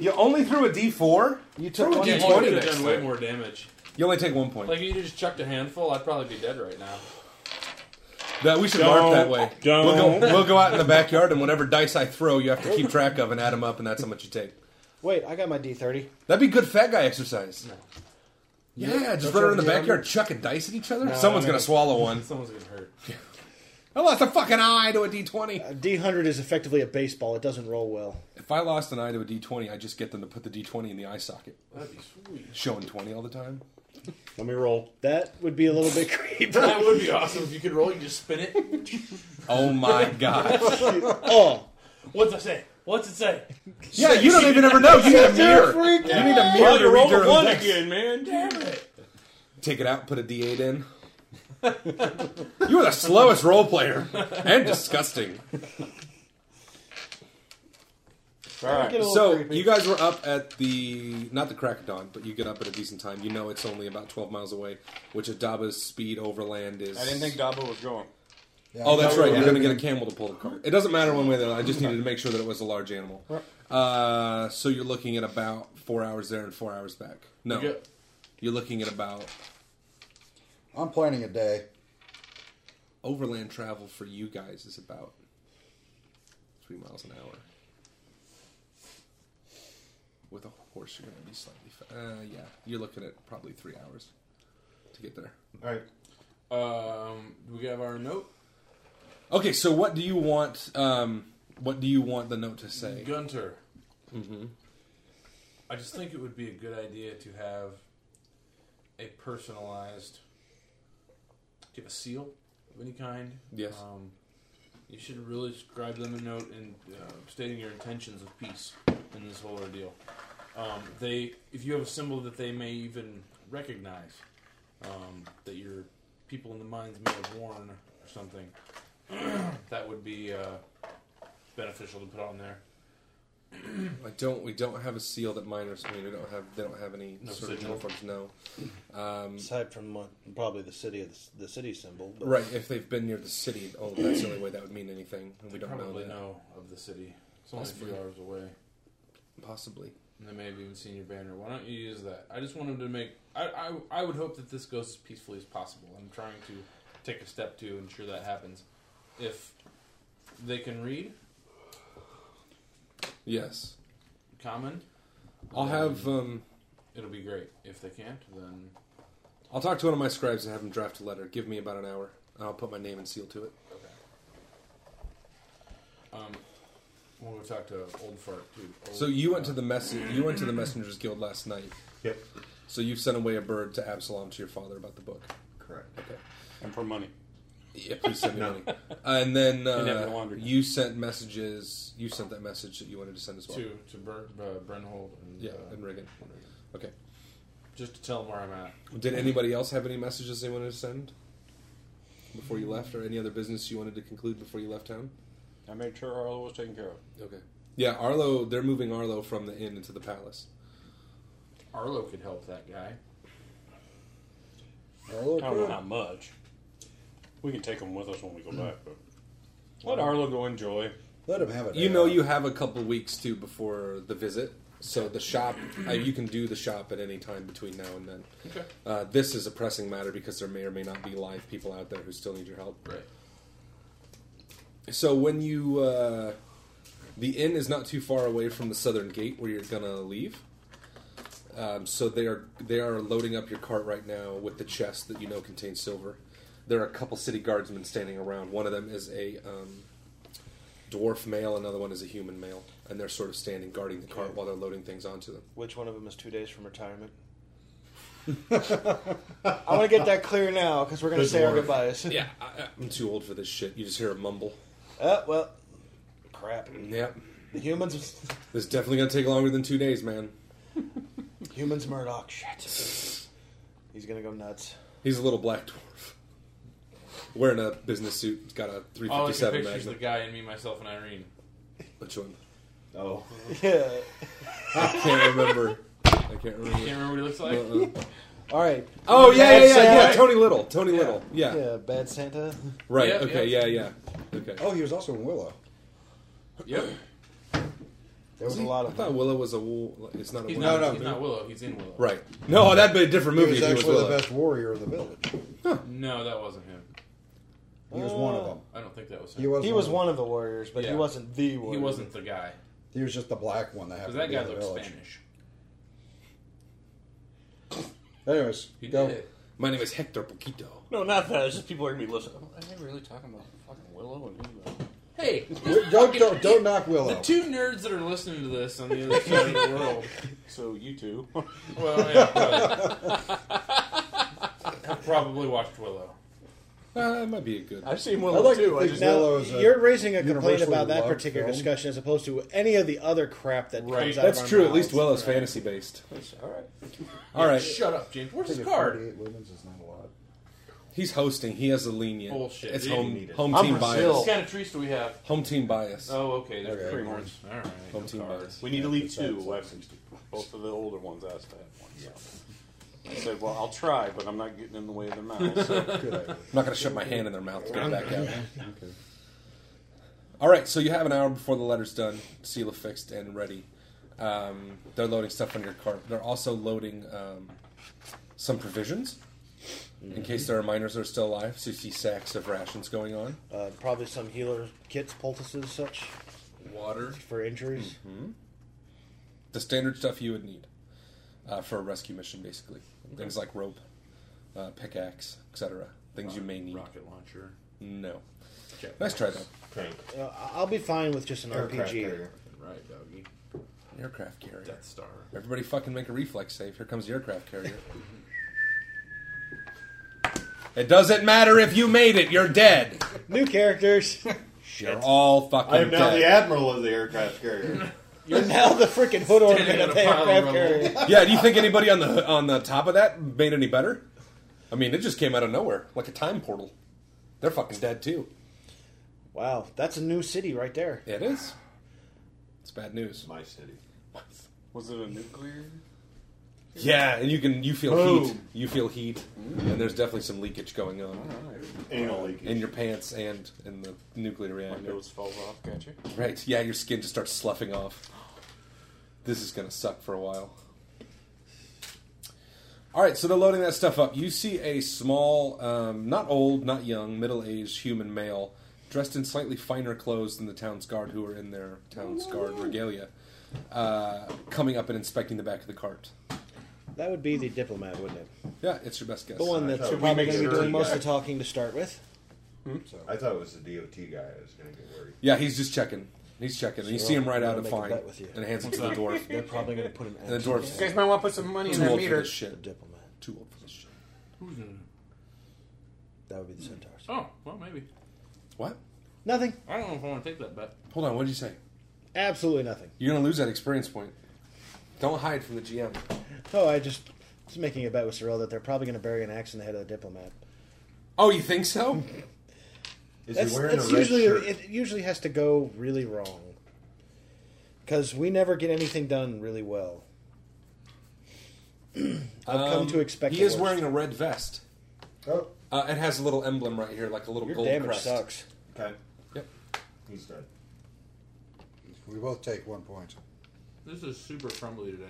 [SPEAKER 9] You only threw a D4.
[SPEAKER 2] You took
[SPEAKER 9] Throw it
[SPEAKER 2] one
[SPEAKER 8] Yeah,
[SPEAKER 9] in.
[SPEAKER 8] you
[SPEAKER 9] 20
[SPEAKER 8] could have
[SPEAKER 9] next
[SPEAKER 8] done way
[SPEAKER 9] time.
[SPEAKER 8] more damage.
[SPEAKER 9] You only take one point.
[SPEAKER 8] Like, if you just chucked a handful, I'd probably be dead right now.
[SPEAKER 9] that we should mark
[SPEAKER 4] Don't.
[SPEAKER 9] that way.
[SPEAKER 4] Don't.
[SPEAKER 9] We'll go. We'll go out in the backyard, and whatever dice I throw, you have to keep track of and add them up, and that's how much you take.
[SPEAKER 2] Wait, I got my D30.
[SPEAKER 9] That'd be good fat guy exercise. Yeah, just run around the backyard, chucking dice at each other. Someone's gonna swallow one.
[SPEAKER 8] Someone's getting hurt.
[SPEAKER 9] I lost a fucking eye to a D twenty.
[SPEAKER 2] A D100 is effectively a baseball. It doesn't roll well.
[SPEAKER 9] If I lost an eye to a D twenty, I just get them to put the D twenty in the eye socket,
[SPEAKER 8] [LAUGHS] That'd be sweet.
[SPEAKER 9] showing twenty all the time.
[SPEAKER 2] Let me roll. That would be a little bit [LAUGHS] creepy.
[SPEAKER 8] That would be awesome if you could roll. You could just spin it.
[SPEAKER 9] Oh my [LAUGHS] god!
[SPEAKER 2] oh,
[SPEAKER 8] [LAUGHS] What's it say? What's it say?
[SPEAKER 9] yeah, you don't even ever know. You need a mirror. You need a mirror
[SPEAKER 4] Well,
[SPEAKER 9] to
[SPEAKER 4] you
[SPEAKER 9] read
[SPEAKER 4] rolled
[SPEAKER 9] your
[SPEAKER 4] a
[SPEAKER 9] own
[SPEAKER 4] one
[SPEAKER 9] dice.
[SPEAKER 4] again, man. Damn it.
[SPEAKER 9] Take it out, put a D eight in. you were the slowest role player and disgusting.
[SPEAKER 7] All right.
[SPEAKER 9] So you guys were up at the not the crack of dawn, but you get up at a decent time. You know it's only about twelve miles away, which Adaba's speed overland is.
[SPEAKER 4] I didn't think Dabo was going.
[SPEAKER 9] Yeah. Oh, that's right. You're going to get a camel to pull the cart. It doesn't matter one way or the other. I just needed to make sure that it was a large animal. Uh, so you're looking at about four hours there and four hours back. No,
[SPEAKER 3] You get-
[SPEAKER 9] you're looking at about
[SPEAKER 3] I'm planning a day.
[SPEAKER 9] overland travel for you guys is about three miles an hour. With a horse, you're going to be slightly. Fa- uh, yeah, you're looking at probably three hours to get there.
[SPEAKER 8] All right. Um, do we have our note?
[SPEAKER 9] Okay, so what do you want? Um, what do you want the note to say?
[SPEAKER 8] Gunter.
[SPEAKER 9] Mm-hmm.
[SPEAKER 8] I just think it would be a good idea to have a personalized. Do you have a seal of any kind?
[SPEAKER 9] Yes.
[SPEAKER 8] Um, you should really scribe them a note and uh, stating your intentions of peace in this whole ordeal. Um, they, if you have a symbol that they may even recognize, um, that your people in the mines may have worn or something, [CLEARS THROAT] that would be uh, beneficial to put on there.
[SPEAKER 9] I don't. We don't have a seal that miners. I mean, we don't have. They don't have any
[SPEAKER 8] No
[SPEAKER 9] sort of
[SPEAKER 8] sigil.
[SPEAKER 9] uniforms. No. Um,
[SPEAKER 2] Aside from uh, probably the city of the, the city symbol, but-
[SPEAKER 9] right. If they've been near the city, oh, that's the only way that would mean anything. And we
[SPEAKER 8] They
[SPEAKER 9] don't know.
[SPEAKER 8] probably
[SPEAKER 9] that.
[SPEAKER 8] know of the city. It's only
[SPEAKER 9] Possibly.
[SPEAKER 8] a few hours away.
[SPEAKER 9] Possibly.
[SPEAKER 8] And they may have even seen your banner. Why don't you use that? I just want them to make. I, I, I would hope that this goes as peacefully as possible. I'm trying to take a step to ensure that happens. If they can read,
[SPEAKER 9] Yes.
[SPEAKER 8] common.
[SPEAKER 9] I'll
[SPEAKER 8] then
[SPEAKER 9] have. Um,
[SPEAKER 8] It'll be great. If they can't, then
[SPEAKER 9] I'll talk to one of my scribes and have him draft a letter. Give me about an hour, and I'll put my name and seal to it.
[SPEAKER 8] um, we'll go talk to Old Fart too. Old,
[SPEAKER 9] So you went to the mess. You went to the messengers guild last night.
[SPEAKER 7] Yep.
[SPEAKER 9] So you've sent away a bird to Absalom to your father about the book.
[SPEAKER 7] Correct.
[SPEAKER 9] Okay.
[SPEAKER 10] And for money.
[SPEAKER 9] Yeah, please send me
[SPEAKER 10] No.
[SPEAKER 9] money. And then
[SPEAKER 10] You'd have it
[SPEAKER 9] uh,
[SPEAKER 10] laundered.
[SPEAKER 9] you sent messages. You sent that message that you wanted to send as well.
[SPEAKER 8] to to Bern, uh, Brenhold and
[SPEAKER 9] Yeah,
[SPEAKER 8] uh,
[SPEAKER 9] and Reagan. Okay.
[SPEAKER 8] just to tell them where I'm at.
[SPEAKER 9] Did anybody else have any messages they wanted to send before you left, or any other business you wanted to conclude before you left town?
[SPEAKER 10] I made sure Arlo was taken care of.
[SPEAKER 9] Okay. Yeah, Arlo. They're moving Arlo from the inn into the palace.
[SPEAKER 8] Arlo could help that guy.
[SPEAKER 10] I don't know how much. We can take him with us when we go back, but
[SPEAKER 8] Mm.
[SPEAKER 10] let Arlo go enjoy.
[SPEAKER 3] Let him have it.
[SPEAKER 9] You know, you have a couple weeks too before the visit. So the shop, uh, you can do the shop at any time between now and then.
[SPEAKER 8] Okay.
[SPEAKER 9] Uh, this is a pressing matter because there may or may not be live people out there who still need your help.
[SPEAKER 8] Right.
[SPEAKER 9] So when you, uh, the inn is not too far away from the southern gate where you're gonna leave. Um, so they are they are loading up your cart right now with the chest that you know contains silver. There are a couple city guardsmen standing around. One of them is a um, dwarf male, another one is a human male, and they're sort of standing guarding the cart while they're loading things onto them.
[SPEAKER 2] Which one of them is two days from [LAUGHS] retirement? I want to get that clear now because we're going to say our goodbyes.
[SPEAKER 9] Yeah, I, I'm too old for this shit. You just hear a mumble.
[SPEAKER 2] Uh, well, crap.
[SPEAKER 9] Yep.
[SPEAKER 2] The humans, [LAUGHS]
[SPEAKER 9] This is definitely gonna take longer than two days, man.
[SPEAKER 2] humans, Murdoch. Shit. He's going to go nuts. [LAUGHS]
[SPEAKER 9] He's a little black dwarf. Wearing a business suit. He's got
[SPEAKER 8] Oh,
[SPEAKER 9] a
[SPEAKER 8] All I can
[SPEAKER 9] 357
[SPEAKER 8] picture is the
[SPEAKER 9] Magnum.
[SPEAKER 8] guy and me, myself, and Irene.
[SPEAKER 9] Which one?
[SPEAKER 7] Oh.
[SPEAKER 2] Yeah.
[SPEAKER 9] I can't remember. I can't remember.
[SPEAKER 8] Can't remember what he looks like.
[SPEAKER 9] Uh-uh.
[SPEAKER 2] All right.
[SPEAKER 9] Oh, yeah, yeah,
[SPEAKER 2] Bad
[SPEAKER 9] yeah, yeah.
[SPEAKER 2] Santa.
[SPEAKER 9] Tony Little. Tony Little. Yeah.
[SPEAKER 2] Yeah, bad Santa.
[SPEAKER 9] Right.
[SPEAKER 8] Yep,
[SPEAKER 9] okay. Yeah, yeah. Okay.
[SPEAKER 3] Oh, he was also in Willow.
[SPEAKER 8] Yep.
[SPEAKER 2] There was a lot
[SPEAKER 9] I
[SPEAKER 2] of
[SPEAKER 9] thought Willow was a wool. It's not a
[SPEAKER 8] He's
[SPEAKER 9] wool.
[SPEAKER 8] not,
[SPEAKER 7] no.
[SPEAKER 8] he's not Willow. He's in Willow.
[SPEAKER 9] Right. No, oh, that'd be a different
[SPEAKER 3] He was
[SPEAKER 9] movie if he was
[SPEAKER 3] actually the
[SPEAKER 9] Willow.
[SPEAKER 3] best warrior in the village.
[SPEAKER 8] No, that wasn't him.
[SPEAKER 3] He was
[SPEAKER 11] Oh.
[SPEAKER 3] one of them.
[SPEAKER 8] I don't think that was him.
[SPEAKER 3] He was.
[SPEAKER 2] He
[SPEAKER 3] one
[SPEAKER 2] was
[SPEAKER 3] of them.
[SPEAKER 2] one of the warriors, but
[SPEAKER 8] Yeah.
[SPEAKER 2] he wasn't the warrior.
[SPEAKER 8] He wasn't the guy
[SPEAKER 3] He was just the black one that
[SPEAKER 8] because
[SPEAKER 3] happened
[SPEAKER 8] that
[SPEAKER 3] to be
[SPEAKER 8] guy
[SPEAKER 3] in the
[SPEAKER 8] looked
[SPEAKER 3] village.
[SPEAKER 8] Spanish.
[SPEAKER 3] Anyways,
[SPEAKER 8] He
[SPEAKER 3] go.
[SPEAKER 8] did.
[SPEAKER 9] My name is Hector Poquito.
[SPEAKER 4] No, not that. It's just people are gonna be listening. Are they really talking about fucking Willow and Willow?
[SPEAKER 8] Hey,
[SPEAKER 3] Don't, don't, don't knock Willow.
[SPEAKER 8] the two nerds that are listening to this on the other side of the world.
[SPEAKER 4] [LAUGHS] So you two.
[SPEAKER 8] Well, yeah, probably.
[SPEAKER 4] [LAUGHS]
[SPEAKER 8] Have probably watched Willow.
[SPEAKER 9] Uh, that might be a good.
[SPEAKER 4] I've seen
[SPEAKER 3] I
[SPEAKER 4] Willow
[SPEAKER 3] like
[SPEAKER 4] too.
[SPEAKER 3] to
[SPEAKER 4] I
[SPEAKER 3] think
[SPEAKER 4] just
[SPEAKER 3] Willow
[SPEAKER 2] Now,
[SPEAKER 3] is a
[SPEAKER 2] you're raising a complaint
[SPEAKER 3] universally
[SPEAKER 2] about that
[SPEAKER 3] loved
[SPEAKER 2] particular
[SPEAKER 3] film.
[SPEAKER 2] discussion as opposed to any of the other crap that
[SPEAKER 8] Right.
[SPEAKER 2] comes out of
[SPEAKER 9] That's
[SPEAKER 2] our
[SPEAKER 9] true. At
[SPEAKER 2] mouths.
[SPEAKER 9] least Willow's fantasy based.
[SPEAKER 4] all right.
[SPEAKER 9] All right.
[SPEAKER 8] Shut up, James. Where's his
[SPEAKER 3] Take a
[SPEAKER 8] card?
[SPEAKER 3] 48 women's is not a lot.
[SPEAKER 9] He's hosting. He has a lenient.
[SPEAKER 8] Bullshit.
[SPEAKER 9] It's
[SPEAKER 8] You didn't
[SPEAKER 9] home
[SPEAKER 8] need it.
[SPEAKER 9] home
[SPEAKER 4] I'm
[SPEAKER 9] team
[SPEAKER 4] Brazil.
[SPEAKER 9] bias.
[SPEAKER 8] What kind of trees do we have?
[SPEAKER 9] Home team bias.
[SPEAKER 8] Oh, okay. There's
[SPEAKER 3] Okay.
[SPEAKER 8] three horns. All right.
[SPEAKER 9] Home team
[SPEAKER 8] cards.
[SPEAKER 9] bias.
[SPEAKER 10] We need to leave two lessons. Both of the older ones asked to have one. So. I said, well, I'll try, but I'm not getting in the way of their mouth. So.
[SPEAKER 9] I'm not going to shove my hand in their mouth to get it back out. Okay. All right, so you have an hour before the letter's done, seal affixed and ready. Um, they're loading stuff on your cart. They're also loading um, some provisions in case there are miners that are still alive. So you see sacks of rations going on.
[SPEAKER 2] Uh, probably some healer kits, poultices, such.
[SPEAKER 8] Water Mm-hmm.
[SPEAKER 2] for injuries.
[SPEAKER 9] Mhm. The standard stuff you would need uh, for a rescue mission, basically. Things like rope, uh, pickaxe, etc. Things you may need.
[SPEAKER 8] Rocket launcher.
[SPEAKER 9] No. Nice try, though.
[SPEAKER 2] Uh, I- I'll be fine with just an
[SPEAKER 9] Aircraft
[SPEAKER 2] RPG.
[SPEAKER 9] carrier.
[SPEAKER 8] Right, doggy.
[SPEAKER 9] Aircraft carrier.
[SPEAKER 8] Death Star.
[SPEAKER 9] Everybody fucking make a reflex save. Here comes the aircraft carrier. it doesn't matter if you made it. You're dead.
[SPEAKER 2] New characters. [LAUGHS]
[SPEAKER 9] You're all fucking
[SPEAKER 7] I am now
[SPEAKER 9] dead.
[SPEAKER 7] the admiral of the
[SPEAKER 9] [LAUGHS]
[SPEAKER 7] aircraft carrier.
[SPEAKER 2] You're now the freaking hood ornament
[SPEAKER 8] Standing
[SPEAKER 2] of
[SPEAKER 8] on
[SPEAKER 2] the
[SPEAKER 8] a pile of
[SPEAKER 2] aircraft
[SPEAKER 8] rubble.
[SPEAKER 2] carrier.
[SPEAKER 8] [LAUGHS]
[SPEAKER 9] yeah, do you think anybody on the on the top of that made any better? I mean, it just came out of nowhere, like a time portal. They're fucking dead too.
[SPEAKER 2] Wow, that's a new city right there.
[SPEAKER 9] It is. It's bad news.
[SPEAKER 7] My city.
[SPEAKER 10] Was it a nuclear?
[SPEAKER 9] Yeah, and you can you feel
[SPEAKER 10] Boom.
[SPEAKER 9] heat. You feel heat, and there's definitely some leakage going on
[SPEAKER 7] Anal leakage.
[SPEAKER 9] in your pants and in the nuclear
[SPEAKER 10] My
[SPEAKER 9] reactor.
[SPEAKER 10] nose falls off, gotcha.
[SPEAKER 9] Right? Yeah, your skin just starts sloughing off. This is gonna suck for a while. All right, so they're loading that stuff up. You see a small, um, not old, not young, middle-aged human male dressed in slightly finer clothes than the town's guard who are in their town's
[SPEAKER 2] Oh,
[SPEAKER 9] guard regalia, uh, coming up and inspecting the back of the cart.
[SPEAKER 2] That would be the diplomat, wouldn't it?
[SPEAKER 9] Yeah, it's your best guess.
[SPEAKER 2] The one that's
[SPEAKER 7] Should we
[SPEAKER 2] probably
[SPEAKER 7] make
[SPEAKER 2] going to
[SPEAKER 7] sure
[SPEAKER 2] be doing
[SPEAKER 7] he
[SPEAKER 2] most
[SPEAKER 7] got-
[SPEAKER 2] of the talking to start with.
[SPEAKER 7] So. I thought it was the DOT guy. I was going to get worried.
[SPEAKER 9] Yeah, he's just checking. He's checking. And you
[SPEAKER 2] So
[SPEAKER 9] see him right
[SPEAKER 2] I'll
[SPEAKER 9] out of
[SPEAKER 2] make a
[SPEAKER 9] fine
[SPEAKER 2] bet with you.
[SPEAKER 9] and hands it to the
[SPEAKER 2] [LAUGHS]
[SPEAKER 9] dwarf.
[SPEAKER 2] They're probably going to put an
[SPEAKER 9] And the dwarf's
[SPEAKER 4] guys might want to put some money in
[SPEAKER 9] too
[SPEAKER 4] that
[SPEAKER 9] old for
[SPEAKER 4] meter.
[SPEAKER 9] this
[SPEAKER 2] the
[SPEAKER 9] shit.
[SPEAKER 2] diplomat.
[SPEAKER 9] Too old for this shit.
[SPEAKER 8] Who's in it?
[SPEAKER 2] That would be the centaurs.
[SPEAKER 8] Oh, well, maybe.
[SPEAKER 9] What?
[SPEAKER 2] Nothing.
[SPEAKER 8] I don't know if I want to take that bet.
[SPEAKER 9] Hold on, what did you say?
[SPEAKER 2] Absolutely nothing.
[SPEAKER 9] You're gonna lose that experience point. Don't hide from the GM.
[SPEAKER 2] Oh, I just was making a bet with Sorrel that they're probably going to bury an axe in the head of the diplomat.
[SPEAKER 9] Oh, you think so?
[SPEAKER 7] Is
[SPEAKER 2] That's,
[SPEAKER 7] he wearing a
[SPEAKER 2] that's
[SPEAKER 7] red
[SPEAKER 2] usually
[SPEAKER 7] shirt?
[SPEAKER 2] it usually has to go really wrong because we never get anything done really well. I've come to expect.
[SPEAKER 9] Um, He
[SPEAKER 2] the
[SPEAKER 9] is
[SPEAKER 2] worst.
[SPEAKER 9] wearing a red vest.
[SPEAKER 7] oh,
[SPEAKER 9] Uh, it has a little emblem right here, like a little
[SPEAKER 2] Your
[SPEAKER 9] gold
[SPEAKER 2] damage
[SPEAKER 9] crest.
[SPEAKER 2] sucks.
[SPEAKER 7] okay.
[SPEAKER 9] Yep.
[SPEAKER 7] He's dead.
[SPEAKER 3] We both take one point.
[SPEAKER 8] This is super crumbly today.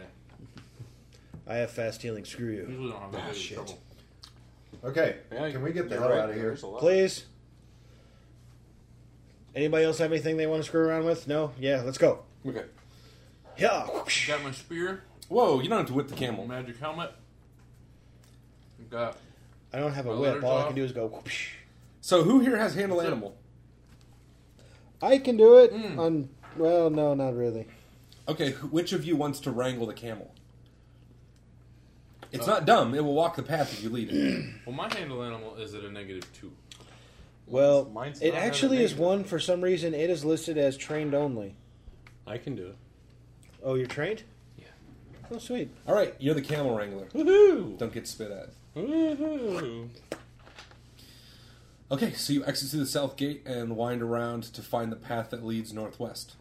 [SPEAKER 2] I have fast healing. Screw you,
[SPEAKER 8] Usually don't have that
[SPEAKER 7] Ah,
[SPEAKER 8] big of
[SPEAKER 7] shit.
[SPEAKER 8] trouble.
[SPEAKER 7] Okay.
[SPEAKER 10] Yeah,
[SPEAKER 7] Can we get the
[SPEAKER 10] you're
[SPEAKER 7] hell
[SPEAKER 10] right,
[SPEAKER 7] out of here?
[SPEAKER 10] there's a lot.
[SPEAKER 2] please. Anybody else have anything they want to screw around with? No. Yeah, let's go.
[SPEAKER 9] Okay.
[SPEAKER 2] Yeah.
[SPEAKER 8] Got my spear,
[SPEAKER 9] Whoa, you don't have to whip the camel.
[SPEAKER 8] magic helmet. Got
[SPEAKER 2] I don't have a
[SPEAKER 8] My
[SPEAKER 2] whip.
[SPEAKER 8] letters
[SPEAKER 2] All I
[SPEAKER 8] off.
[SPEAKER 2] can do is go.
[SPEAKER 9] So who here has handle animal?
[SPEAKER 2] I can do it. On well, no, not really.
[SPEAKER 9] Okay, wh- which of you wants to wrangle the camel?
[SPEAKER 10] Uh.
[SPEAKER 9] It's not dumb. It will walk the path if you lead
[SPEAKER 2] [CLEARS THROAT]
[SPEAKER 9] it.
[SPEAKER 8] well, my handle animal is at a negative two.
[SPEAKER 2] Well,
[SPEAKER 10] Mine's
[SPEAKER 2] it
[SPEAKER 10] not
[SPEAKER 2] actually is
[SPEAKER 10] animated.
[SPEAKER 2] one. For some reason, it is listed as trained only.
[SPEAKER 10] I can do it.
[SPEAKER 2] Oh, you're trained?
[SPEAKER 8] Yeah.
[SPEAKER 2] Oh, sweet.
[SPEAKER 9] All right, you're the camel wrangler.
[SPEAKER 10] Woohoo!
[SPEAKER 9] Don't get spit at.
[SPEAKER 10] Woohoo!
[SPEAKER 9] Okay, so you exit through the south gate and wind around to find the path that leads northwest.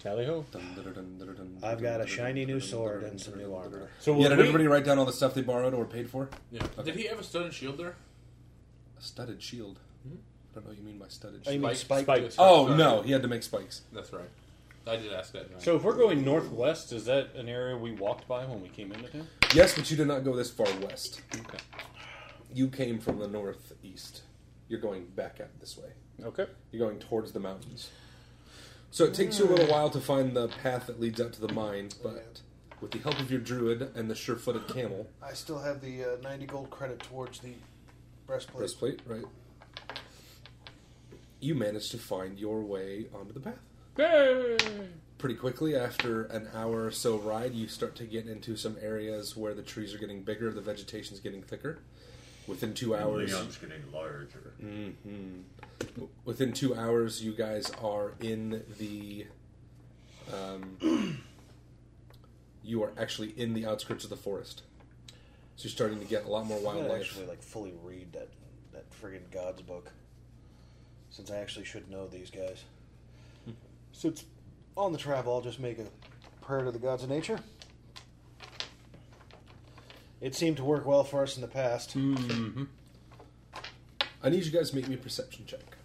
[SPEAKER 10] Tally ho.
[SPEAKER 2] I've got a shiny new sword and some new armor.
[SPEAKER 10] So
[SPEAKER 9] Yeah,
[SPEAKER 10] will
[SPEAKER 9] did
[SPEAKER 10] we-
[SPEAKER 9] everybody write down all the stuff they borrowed or paid for?
[SPEAKER 8] Yeah. Did he have a studded shield there?
[SPEAKER 9] A studded shield.
[SPEAKER 10] Hmm?
[SPEAKER 9] I don't know what you mean by studded
[SPEAKER 2] Oh, you
[SPEAKER 9] shield.
[SPEAKER 2] mean spike?
[SPEAKER 10] Spike.
[SPEAKER 9] Oh,
[SPEAKER 8] Sorry.
[SPEAKER 9] no, he had to make spikes.
[SPEAKER 8] That's right. I did ask that. didn't I?
[SPEAKER 10] So if we're going northwest, is that an area we walked by when we came into town?
[SPEAKER 9] Yes, but you did not go this far west.
[SPEAKER 10] Okay.
[SPEAKER 9] You came from the northeast. You're going back out this way.
[SPEAKER 10] Okay.
[SPEAKER 9] You're going towards the mountains. So it takes you a little while to find the path that leads out to the mine, but with the help of your druid and the sure-footed camel
[SPEAKER 11] I still have the uh, 90 gold credit towards the breastplate.
[SPEAKER 9] breastplate, right? You manage to find your way onto the path. Pretty quickly, after an hour or so ride, you start to get into some areas where the trees are getting bigger, the vegetation's getting thicker. Within two hours, Mm-hmm.
[SPEAKER 7] Leon's getting larger.
[SPEAKER 9] within two hours, you guys are in the. Um, [CLEARS THROAT] you are actually in the outskirts of the forest, so you're starting to get a lot more
[SPEAKER 2] I'm gonna
[SPEAKER 9] wildlife.
[SPEAKER 2] actually like fully read that that friggin' God's book, since I actually should know these guys. Since on the travel, I'll just make a prayer to the gods of nature. It seemed to work well for us in the past.
[SPEAKER 9] I need you guys to make me a perception check.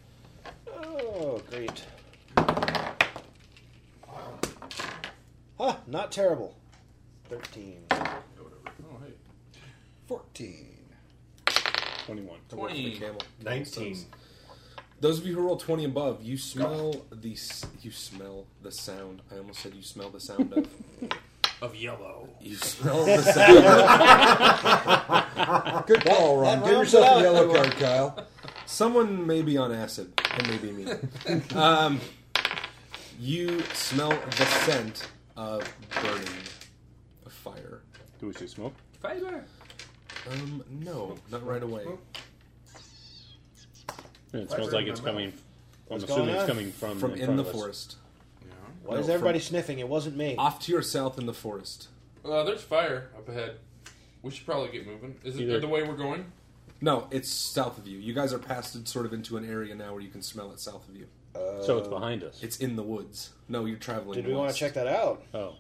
[SPEAKER 2] Oh, great. Huh, Ah, not terrible. 13.
[SPEAKER 8] Oh,
[SPEAKER 3] 14.
[SPEAKER 10] 21.
[SPEAKER 9] 20.
[SPEAKER 7] 19.
[SPEAKER 9] Those of you who roll twenty and above, you smell the s- you smell the sound. I almost said you smell the sound of
[SPEAKER 8] of yellow.
[SPEAKER 9] You smell the sound.
[SPEAKER 3] Good call, Ron. Give yourself a yellow card,
[SPEAKER 8] [LAUGHS]
[SPEAKER 3] Kyle.
[SPEAKER 9] Someone may be on acid, and maybe me. um, you smell the scent of burning of fire.
[SPEAKER 10] Do we see smoke?
[SPEAKER 9] Fire. Um, no, not right away.
[SPEAKER 10] It
[SPEAKER 9] Fire
[SPEAKER 10] smells like
[SPEAKER 9] in
[SPEAKER 10] it's
[SPEAKER 9] my mouth.
[SPEAKER 10] coming. I'm
[SPEAKER 9] What's
[SPEAKER 10] assuming
[SPEAKER 9] going
[SPEAKER 10] it's
[SPEAKER 9] on?
[SPEAKER 10] coming from
[SPEAKER 9] From in
[SPEAKER 10] front
[SPEAKER 9] the
[SPEAKER 10] of us.
[SPEAKER 9] forest.
[SPEAKER 2] Why
[SPEAKER 9] No,
[SPEAKER 2] is everybody
[SPEAKER 9] from-
[SPEAKER 2] sniffing? It wasn't me.
[SPEAKER 9] Off to your south in the forest.
[SPEAKER 8] Uh, there's fire up ahead. We should probably get moving. Is it
[SPEAKER 9] Either-
[SPEAKER 8] the way we're going?
[SPEAKER 9] No, it's south of you. You guys are passed sort of into an area now where you can smell it south of you.
[SPEAKER 10] So it's behind us.
[SPEAKER 9] It's in the woods. No, you're traveling.
[SPEAKER 2] Did we want to
[SPEAKER 9] west.
[SPEAKER 2] check that out?
[SPEAKER 10] Oh.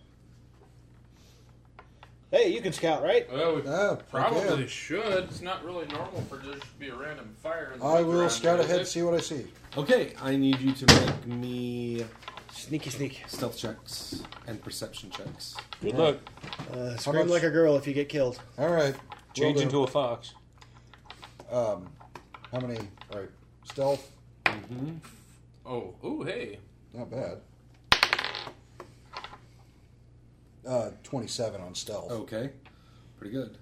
[SPEAKER 2] Hey, you can scout, right?
[SPEAKER 8] Well, Oh, we
[SPEAKER 3] Ah,
[SPEAKER 8] probably
[SPEAKER 3] okay.
[SPEAKER 8] should. It's not really normal for there just to be a random fire. In the
[SPEAKER 3] I
[SPEAKER 8] background,
[SPEAKER 3] will scout
[SPEAKER 8] is
[SPEAKER 3] ahead
[SPEAKER 8] it?
[SPEAKER 3] and see what I see.
[SPEAKER 9] Okay, I need you to make me
[SPEAKER 2] sneaky sneak
[SPEAKER 9] stealth checks and perception checks.
[SPEAKER 10] Good luck.
[SPEAKER 2] Uh, scream like a girl if you get killed.
[SPEAKER 3] All right.
[SPEAKER 10] Change
[SPEAKER 3] will do.
[SPEAKER 10] into a fox.
[SPEAKER 3] Um, how many? All right. Stealth.
[SPEAKER 9] Mm-hmm.
[SPEAKER 8] Oh, ooh, hey.
[SPEAKER 3] Not bad. Uh, 27 on stealth.
[SPEAKER 9] Okay, pretty good.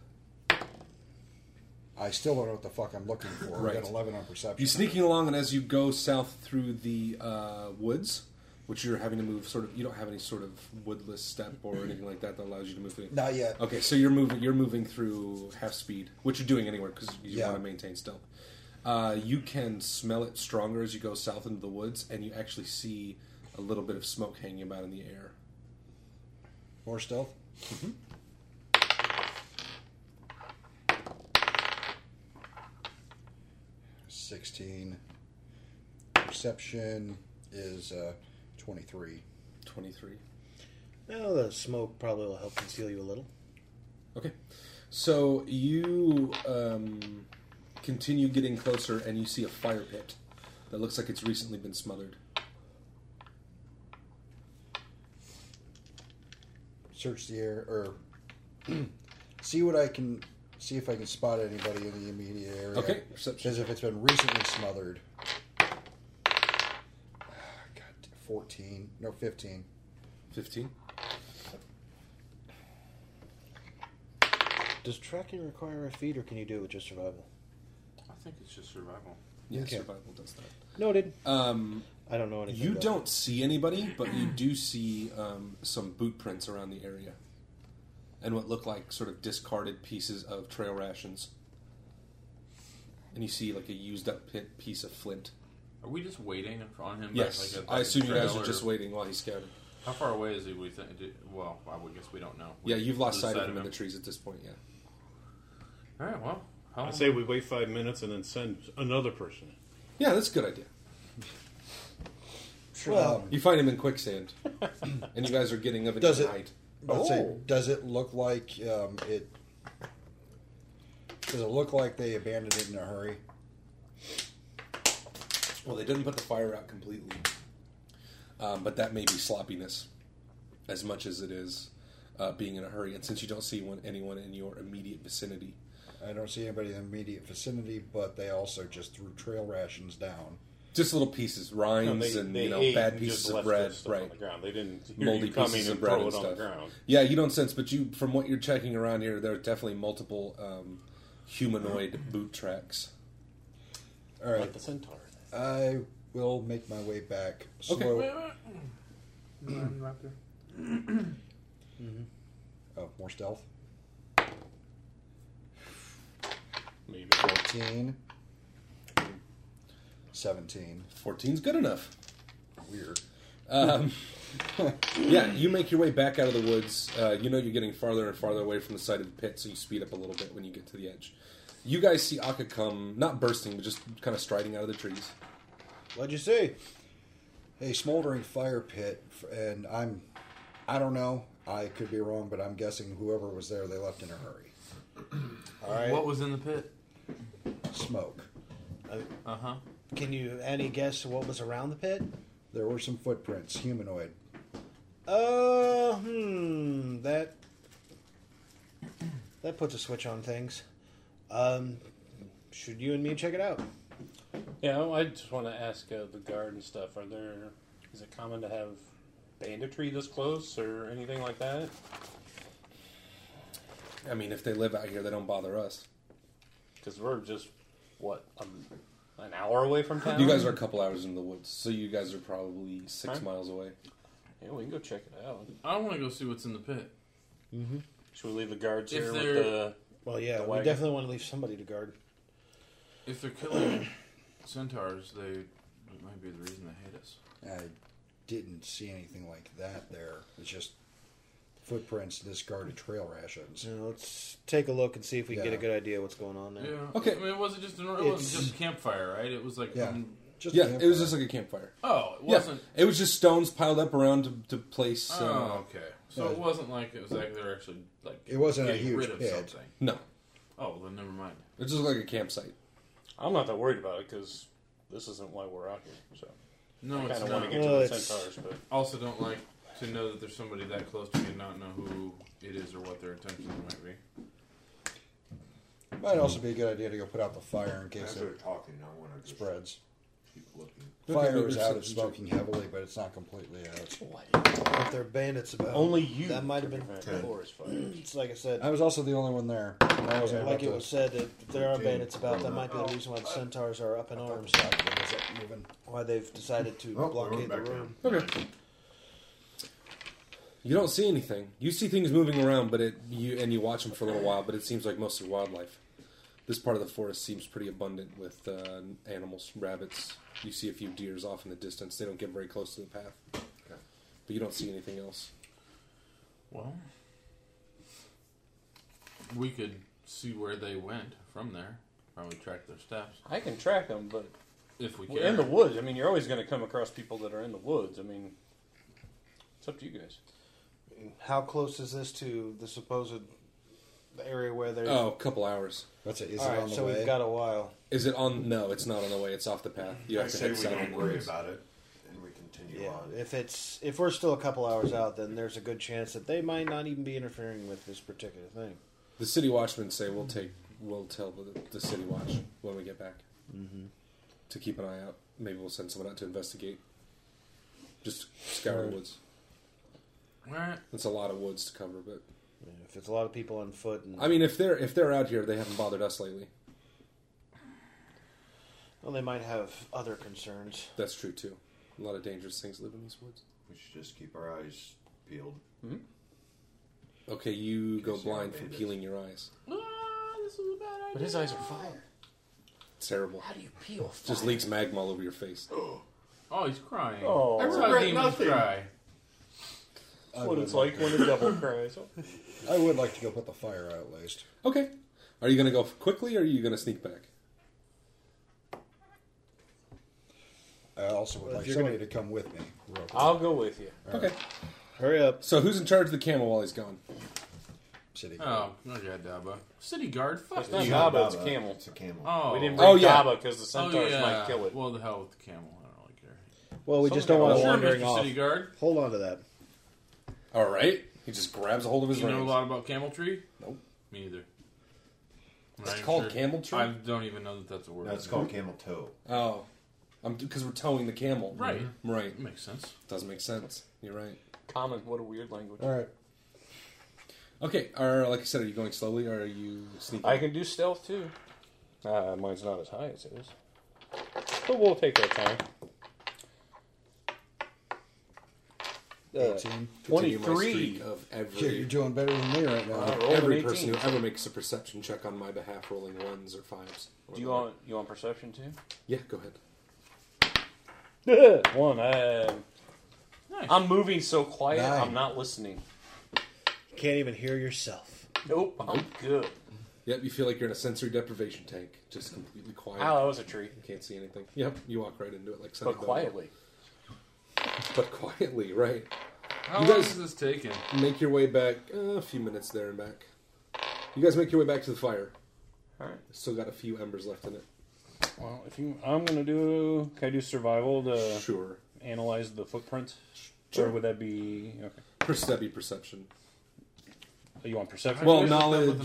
[SPEAKER 3] I still don't know what the fuck I'm looking for. I
[SPEAKER 9] Right.
[SPEAKER 3] got 11 on perception.
[SPEAKER 9] You're sneaking along, and as you go south through the uh, woods, which you're having to move sort of, you don't have any sort of woodless step or anything like that that allows you to move. through.
[SPEAKER 3] Not yet.
[SPEAKER 9] Okay, so you're moving. You're moving through half speed, which you're doing anywhere because you
[SPEAKER 3] Yeah.
[SPEAKER 9] want to maintain stealth. Uh, you can smell it stronger as you go south into the woods, and you actually see a little bit of smoke hanging about in the air.
[SPEAKER 3] More stealth? Sixteen. Perception is uh, twenty-three.
[SPEAKER 9] Twenty-three.
[SPEAKER 2] No, the smoke probably will help conceal you a little.
[SPEAKER 9] Okay. So you um, continue getting closer, and you see a fire pit that looks like it's recently been smothered.
[SPEAKER 3] Search the air, or [CLEARS THROAT] see what I can. See if I can spot anybody in the immediate area.
[SPEAKER 9] Okay, perception.
[SPEAKER 3] As if it's been recently smothered. Ah, God, fourteen? No, fifteen.
[SPEAKER 9] 15.
[SPEAKER 2] Does tracking require a feat, or can you do it with just survival?
[SPEAKER 8] I think it's just survival.
[SPEAKER 9] Yeah,
[SPEAKER 2] Okay.
[SPEAKER 9] survival does that.
[SPEAKER 2] Noted.
[SPEAKER 9] Um,
[SPEAKER 2] I don't know anything.
[SPEAKER 9] You
[SPEAKER 2] about
[SPEAKER 9] don't see anybody, but you do see um, some boot prints around the area, and what look like sort of discarded pieces of trail rations. And you see like a used up pit piece of flint.
[SPEAKER 8] Are we just waiting on him?
[SPEAKER 9] yes,
[SPEAKER 8] Like, a-
[SPEAKER 9] I assume you guys
[SPEAKER 8] trail
[SPEAKER 9] are
[SPEAKER 8] or-
[SPEAKER 9] just waiting while he scouted.
[SPEAKER 8] How far away is he? We think. do- Well, I would guess we don't know.
[SPEAKER 9] Yeah, you've lost
[SPEAKER 8] Lose
[SPEAKER 9] sight of him in the trees at this point. Yeah.
[SPEAKER 8] All right. Well, how
[SPEAKER 10] I say we wait five minutes and then send another person.
[SPEAKER 9] Yeah, that's a good idea.
[SPEAKER 3] Well-
[SPEAKER 9] you find him in [LAUGHS] quicksand, and you guys are getting up
[SPEAKER 3] Does
[SPEAKER 9] into
[SPEAKER 3] it?
[SPEAKER 9] height.
[SPEAKER 3] Let's say, does it look like um, it? Does it look like they abandoned it in a hurry?
[SPEAKER 9] Well, they didn't put the fire out completely, um, but that may be sloppiness as much as it is uh, being in a hurry. And since you don't see one, anyone in your immediate vicinity,
[SPEAKER 3] I don't see anybody in the immediate vicinity, but they also just threw trail rations down.
[SPEAKER 9] just little pieces, rinds,
[SPEAKER 10] they-
[SPEAKER 9] and
[SPEAKER 10] they
[SPEAKER 9] you know
[SPEAKER 10] ate
[SPEAKER 9] bad
[SPEAKER 10] and
[SPEAKER 9] pieces
[SPEAKER 10] just
[SPEAKER 9] of
[SPEAKER 10] left
[SPEAKER 9] bread,
[SPEAKER 10] this stuff on
[SPEAKER 9] right?
[SPEAKER 10] the ground. They didn't hear you
[SPEAKER 9] moldy
[SPEAKER 10] coming
[SPEAKER 9] pieces
[SPEAKER 10] and
[SPEAKER 9] of bread
[SPEAKER 10] throw
[SPEAKER 9] and
[SPEAKER 10] it on
[SPEAKER 9] stuff.
[SPEAKER 10] the ground.
[SPEAKER 9] Yeah, you don't sense, but you from what you're checking around here, there are definitely multiple um, humanoid boot tracks.
[SPEAKER 3] All right,
[SPEAKER 10] the centaur.
[SPEAKER 3] I will make my way back. Slow.
[SPEAKER 9] Okay.
[SPEAKER 3] Oh, more stealth.
[SPEAKER 10] Maybe.
[SPEAKER 3] Fourteen. Seventeen.
[SPEAKER 9] 14's good enough.
[SPEAKER 3] Weird.
[SPEAKER 9] Um, yeah, you make your way back out of the woods. Uh, you know you're getting farther and farther away from the side of the pit, so you speed up a little bit when you get to the edge. You guys see Akka come, not bursting, but just kind of striding out of the trees.
[SPEAKER 2] What'd you see?
[SPEAKER 3] A smoldering fire pit, f- and I'm, I don't know. I could be wrong, but I'm guessing whoever was there, they left in a hurry.
[SPEAKER 4] All right. What was in the pit?
[SPEAKER 3] Smoke.
[SPEAKER 4] Uh
[SPEAKER 8] Uh-huh.
[SPEAKER 4] huh.
[SPEAKER 2] Can you any guess what was around the pit?
[SPEAKER 3] There were some footprints, humanoid.
[SPEAKER 2] Uh, hmm. That that puts a switch on things. Um, should you and me check it out?
[SPEAKER 10] Yeah, well, I just want to ask uh, the guard and stuff. Are there? Is it common to have banditry this close or anything like that?
[SPEAKER 9] I mean, if they live out here, they don't bother us.
[SPEAKER 10] Because we're just what um, an hour away from town.
[SPEAKER 9] You guys are a couple hours in the woods, so you guys are probably six
[SPEAKER 10] Huh?
[SPEAKER 9] miles away.
[SPEAKER 10] Yeah, we can go check it out.
[SPEAKER 8] I want to go see what's in the pit.
[SPEAKER 2] Mm-hmm.
[SPEAKER 10] Should we leave the guards
[SPEAKER 8] If
[SPEAKER 10] here with
[SPEAKER 8] they're-
[SPEAKER 10] the?
[SPEAKER 2] Well, yeah,
[SPEAKER 10] the
[SPEAKER 2] we
[SPEAKER 10] wagon?
[SPEAKER 2] definitely want to leave somebody to guard.
[SPEAKER 8] If they're killing [COUGHS] centaurs, they it might be the reason they hate us.
[SPEAKER 3] I didn't see anything like that there. It's just footprints discarded trail rations.
[SPEAKER 2] So let's take a look and see if we can get
[SPEAKER 3] Yeah.
[SPEAKER 2] a good idea what's going on there.
[SPEAKER 8] Yeah.
[SPEAKER 9] Okay.
[SPEAKER 8] I mean, it wasn't just an, it
[SPEAKER 9] It's-
[SPEAKER 8] wasn't just a campfire, right? It was like um,
[SPEAKER 9] yeah, it was just like a campfire.
[SPEAKER 8] Oh, it
[SPEAKER 9] Yeah,
[SPEAKER 8] wasn't-
[SPEAKER 9] it was just stones piled up around to, to place. uh,
[SPEAKER 8] Oh, okay. So
[SPEAKER 9] uh,
[SPEAKER 8] it wasn't like it was like they're actually like
[SPEAKER 9] It wasn't a
[SPEAKER 8] getting
[SPEAKER 9] huge
[SPEAKER 8] rid of
[SPEAKER 9] pit.
[SPEAKER 8] something.
[SPEAKER 9] No.
[SPEAKER 8] Oh, then never mind.
[SPEAKER 9] It's just like a campsite.
[SPEAKER 10] I'm not that worried about it because this isn't why we're out here. So
[SPEAKER 8] No,
[SPEAKER 10] I
[SPEAKER 8] it's
[SPEAKER 10] kinda
[SPEAKER 8] not.
[SPEAKER 10] wanna get to the centaurs, but
[SPEAKER 8] also don't like to know that there's somebody that close to me and not know who it is or what their intentions might be.
[SPEAKER 3] Might also be a good idea to go put out the fire in case
[SPEAKER 7] As we're
[SPEAKER 3] it
[SPEAKER 7] talking, I want to
[SPEAKER 3] spreads.
[SPEAKER 7] keep looking.
[SPEAKER 3] Fire is out of smoking heavily, but it's not completely out.
[SPEAKER 2] If they're bandits about
[SPEAKER 3] Only you
[SPEAKER 2] That might have been
[SPEAKER 3] prevent forest fires.
[SPEAKER 2] [CLEARS THROAT] It's like I said.
[SPEAKER 3] I was also the only one there. I wasn't about
[SPEAKER 2] like it
[SPEAKER 3] to-
[SPEAKER 2] was said that if there are
[SPEAKER 3] Dude,
[SPEAKER 2] bandits about. That
[SPEAKER 3] I'm
[SPEAKER 2] might be
[SPEAKER 3] not-
[SPEAKER 2] the reason why the centaurs are up in arms. Why they've decided to
[SPEAKER 3] Oh,
[SPEAKER 2] blockade the
[SPEAKER 3] we're back
[SPEAKER 2] room.
[SPEAKER 9] Okay. You don't see anything. You see things moving around, but it you and you watch them for a little while. But it seems like mostly wildlife. This part of the forest seems pretty abundant with uh, animals, rabbits. You see a few deers off in the distance. They don't get very close to the path, but you don't see anything else.
[SPEAKER 8] Well, we could see where they went from there. Probably track their steps.
[SPEAKER 10] I can track them, but
[SPEAKER 8] If we
[SPEAKER 10] We're
[SPEAKER 8] care.
[SPEAKER 10] in the woods, I mean, you're always going to come across people that are in the woods. I mean, it's up to you guys.
[SPEAKER 2] How close is this to the supposed the area where they're?
[SPEAKER 9] Oh, a couple hours.
[SPEAKER 3] That's it.
[SPEAKER 2] Is it Alright, on the so we've way? got a while.
[SPEAKER 9] Is it on? No, it's not on the way. It's off the path. You
[SPEAKER 7] I
[SPEAKER 9] have to
[SPEAKER 7] say
[SPEAKER 9] head
[SPEAKER 7] we
[SPEAKER 9] south
[SPEAKER 7] don't
[SPEAKER 9] in the
[SPEAKER 7] worry
[SPEAKER 9] woods.
[SPEAKER 7] about it, and we continue
[SPEAKER 2] Yeah,
[SPEAKER 7] on.
[SPEAKER 2] if it's if we're still a couple hours out, then there's a good chance that they might not even be interfering with this particular thing.
[SPEAKER 9] The city watchmen say we'll take, we'll tell the, the city watch when we get back
[SPEAKER 2] Mhm.
[SPEAKER 9] to keep an eye out. Maybe we'll send someone out to investigate. Just scour the woods.
[SPEAKER 8] Alright.
[SPEAKER 9] That's a lot of woods to cover, but
[SPEAKER 2] if it's a lot of people on foot, and
[SPEAKER 9] I mean, if they're if they're out here, they haven't bothered us lately.
[SPEAKER 2] well, they might have other concerns.
[SPEAKER 9] That's true too. A lot of dangerous things live in these woods.
[SPEAKER 7] We should just keep our eyes peeled.
[SPEAKER 9] Okay, you go
[SPEAKER 7] Guess you're
[SPEAKER 9] blind from
[SPEAKER 7] bandits.
[SPEAKER 9] peeling your eyes.
[SPEAKER 8] Ah, this is a bad idea.
[SPEAKER 4] But his eyes are fire.
[SPEAKER 9] It's terrible.
[SPEAKER 4] How do you peel
[SPEAKER 9] Just
[SPEAKER 4] fire?
[SPEAKER 9] leaks magma all over your face.
[SPEAKER 8] Oh, he's crying.
[SPEAKER 10] Oh.
[SPEAKER 8] That's
[SPEAKER 10] I
[SPEAKER 8] how
[SPEAKER 10] regret
[SPEAKER 8] demons
[SPEAKER 10] nothing.
[SPEAKER 8] cry.
[SPEAKER 10] That's what it's like when a devil cries.
[SPEAKER 3] I would like to go put the fire out at least.
[SPEAKER 9] Okay. Are you going to go quickly or are you going to sneak back?
[SPEAKER 3] I also would
[SPEAKER 9] Well, if
[SPEAKER 3] like
[SPEAKER 9] you're
[SPEAKER 3] somebody
[SPEAKER 9] gonna-
[SPEAKER 3] to come with me. real quick.
[SPEAKER 10] I'll go with you.
[SPEAKER 9] Okay.
[SPEAKER 2] Hurry up.
[SPEAKER 9] So who's in charge of the camel while he's gone?
[SPEAKER 3] City.
[SPEAKER 8] Oh, no, yeah, Daba. City guard. Fuck
[SPEAKER 10] It's not
[SPEAKER 8] you.
[SPEAKER 10] Daba, it's Daba. camel. It's a camel.
[SPEAKER 8] Oh,
[SPEAKER 10] We didn't bring Oh, yeah. Daba 'cause the
[SPEAKER 8] oh,
[SPEAKER 10] centaurs
[SPEAKER 8] yeah.
[SPEAKER 10] might kill it.
[SPEAKER 8] Well, the hell with the camel. I don't really care.
[SPEAKER 2] Well, we
[SPEAKER 8] Someone
[SPEAKER 2] just don't
[SPEAKER 8] got
[SPEAKER 2] want
[SPEAKER 8] a
[SPEAKER 2] to
[SPEAKER 8] warrant,
[SPEAKER 2] wandering
[SPEAKER 8] Mr.
[SPEAKER 2] off.
[SPEAKER 8] City guard.
[SPEAKER 2] Hold on to that.
[SPEAKER 9] All right. He just grabs a hold of his
[SPEAKER 8] You know a
[SPEAKER 9] reins.
[SPEAKER 8] lot about camel tree?
[SPEAKER 9] Nope.
[SPEAKER 8] Me either. I'm
[SPEAKER 9] It's
[SPEAKER 8] not even
[SPEAKER 9] called camel tree?
[SPEAKER 8] I don't even know that that's a word.
[SPEAKER 7] No, it's called camel toe.
[SPEAKER 9] Oh, I'm because we're towing the camel.
[SPEAKER 8] Right.
[SPEAKER 4] Mm-hmm.
[SPEAKER 9] Right.
[SPEAKER 8] Makes sense.
[SPEAKER 9] Doesn't make sense. You're right.
[SPEAKER 10] Common, what a weird language.
[SPEAKER 9] All right. Okay. Are like I said, are you going slowly or are you sneaking?
[SPEAKER 10] I can do stealth too. Uh, mine's not as high as his. But we'll take our time. Uh,
[SPEAKER 3] 18.
[SPEAKER 9] Continue my
[SPEAKER 10] 23.
[SPEAKER 9] streak of
[SPEAKER 3] Yeah,
[SPEAKER 9] every.
[SPEAKER 3] you're doing better than me right now.
[SPEAKER 9] of every person who ever makes a perception check on my behalf, rolling ones or fives. or
[SPEAKER 10] Do you
[SPEAKER 9] whatever.
[SPEAKER 10] want you want perception too?
[SPEAKER 9] Yeah, go ahead.
[SPEAKER 10] [LAUGHS] One. um, I'm moving so quiet. i I'm not listening.
[SPEAKER 2] You can't even hear yourself.
[SPEAKER 10] Nope. I'm good.
[SPEAKER 9] Yep, you feel like you're in a sensory deprivation tank, just completely quiet.
[SPEAKER 10] Ow, that was a tree.
[SPEAKER 9] You can't see anything. Yep, you walk right into it like
[SPEAKER 10] But
[SPEAKER 9] Sunny Bono.
[SPEAKER 10] quietly.
[SPEAKER 9] But quietly, right?
[SPEAKER 8] How long is this taking?
[SPEAKER 9] Make your way back uh, a few minutes there and back. You guys make your way back to the fire.
[SPEAKER 10] All right.
[SPEAKER 9] Still got a few embers left in it.
[SPEAKER 10] Well, if you, I'm gonna do. Can I do survival to
[SPEAKER 9] sure
[SPEAKER 10] analyze the footprints? Or would that be okay?
[SPEAKER 9] First step, be perception.
[SPEAKER 10] Oh, You want perception?
[SPEAKER 9] Well, knowledge.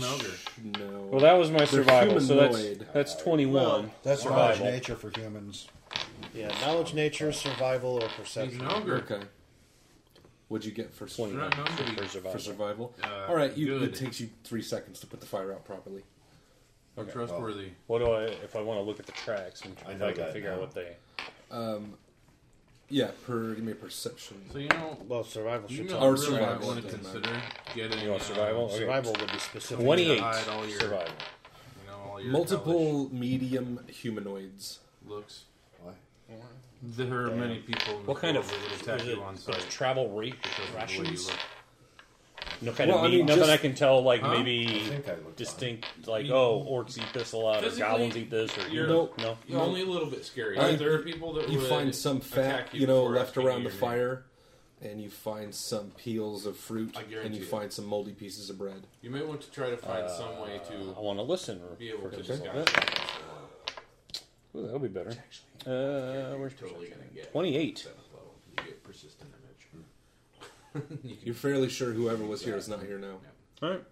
[SPEAKER 9] No.
[SPEAKER 10] Well, that was my
[SPEAKER 9] They're
[SPEAKER 10] survival, so that's
[SPEAKER 9] humanoid.
[SPEAKER 10] that's 21.
[SPEAKER 3] That's knowledge
[SPEAKER 10] survival.
[SPEAKER 3] nature for humans.
[SPEAKER 2] Yeah, knowledge, nature, survival, or perception.
[SPEAKER 8] He's an ogre.
[SPEAKER 9] Okay. What'd you get for
[SPEAKER 8] They're not hungry.
[SPEAKER 10] For survival.
[SPEAKER 9] For survival.
[SPEAKER 8] Uh,
[SPEAKER 9] All right. You,
[SPEAKER 8] good.
[SPEAKER 9] it takes you three seconds to put the fire out properly.
[SPEAKER 8] I'm trustworthy.
[SPEAKER 10] What do I if I want to look at the tracks and try
[SPEAKER 7] I know
[SPEAKER 10] to
[SPEAKER 7] that
[SPEAKER 10] figure out
[SPEAKER 7] now.
[SPEAKER 10] what they?
[SPEAKER 9] Um, yeah. Per give me a perception.
[SPEAKER 8] So you know,
[SPEAKER 2] Well, survival
[SPEAKER 8] you
[SPEAKER 2] should
[SPEAKER 8] know,
[SPEAKER 2] tell.
[SPEAKER 9] Or
[SPEAKER 8] really I
[SPEAKER 9] survival,
[SPEAKER 8] want to
[SPEAKER 9] doesn't matter.
[SPEAKER 8] consider getting
[SPEAKER 10] You want survival?
[SPEAKER 8] um,
[SPEAKER 10] Okay.
[SPEAKER 2] Survival would be specific.
[SPEAKER 10] Twenty-eight
[SPEAKER 8] hide all your-
[SPEAKER 10] survival.
[SPEAKER 8] you know, all your
[SPEAKER 9] Multiple medium humanoids.
[SPEAKER 8] college looks. There are many people. in
[SPEAKER 10] What
[SPEAKER 8] the
[SPEAKER 10] kind
[SPEAKER 8] world
[SPEAKER 10] of
[SPEAKER 8] that would attack
[SPEAKER 10] is it-
[SPEAKER 8] you on sight?
[SPEAKER 10] is it travel rate
[SPEAKER 8] because of the way you
[SPEAKER 10] rations?
[SPEAKER 8] look.
[SPEAKER 10] No kind
[SPEAKER 9] Well,
[SPEAKER 10] of
[SPEAKER 9] I
[SPEAKER 10] meat.
[SPEAKER 9] mean,
[SPEAKER 10] Nothing
[SPEAKER 9] just-
[SPEAKER 10] I can tell. Like
[SPEAKER 8] Huh?
[SPEAKER 7] I
[SPEAKER 10] maybe
[SPEAKER 7] think I looked
[SPEAKER 10] distinct. Like
[SPEAKER 8] You-
[SPEAKER 10] oh, orcs eat this a lot, or
[SPEAKER 8] Physically,
[SPEAKER 10] goblins eat this, or
[SPEAKER 8] you're-
[SPEAKER 10] no, no.
[SPEAKER 8] You're only a little bit scary.
[SPEAKER 9] I-
[SPEAKER 8] there are people that
[SPEAKER 9] you
[SPEAKER 8] would
[SPEAKER 9] find some
[SPEAKER 8] attack
[SPEAKER 9] fat, you know,
[SPEAKER 8] for
[SPEAKER 9] left
[SPEAKER 8] asking
[SPEAKER 9] around the
[SPEAKER 8] your name.
[SPEAKER 9] fire, and you find some peels of fruit,
[SPEAKER 8] I guarantee
[SPEAKER 9] and you
[SPEAKER 8] it.
[SPEAKER 9] find some moldy pieces of bread.
[SPEAKER 8] You may want to try to find some
[SPEAKER 9] Uh,
[SPEAKER 8] way
[SPEAKER 10] I
[SPEAKER 8] to
[SPEAKER 10] want to listen.
[SPEAKER 8] be able
[SPEAKER 10] for
[SPEAKER 8] to
[SPEAKER 10] just a
[SPEAKER 8] disguise.
[SPEAKER 10] little bit.
[SPEAKER 8] yourself.
[SPEAKER 10] Ooh, that'll be better. Uh, where's
[SPEAKER 4] Totally gonna get
[SPEAKER 10] twenty-eight?
[SPEAKER 4] seventh level. You get persistent image. you can
[SPEAKER 9] You're fairly sure whoever was here is not here now.
[SPEAKER 10] All right.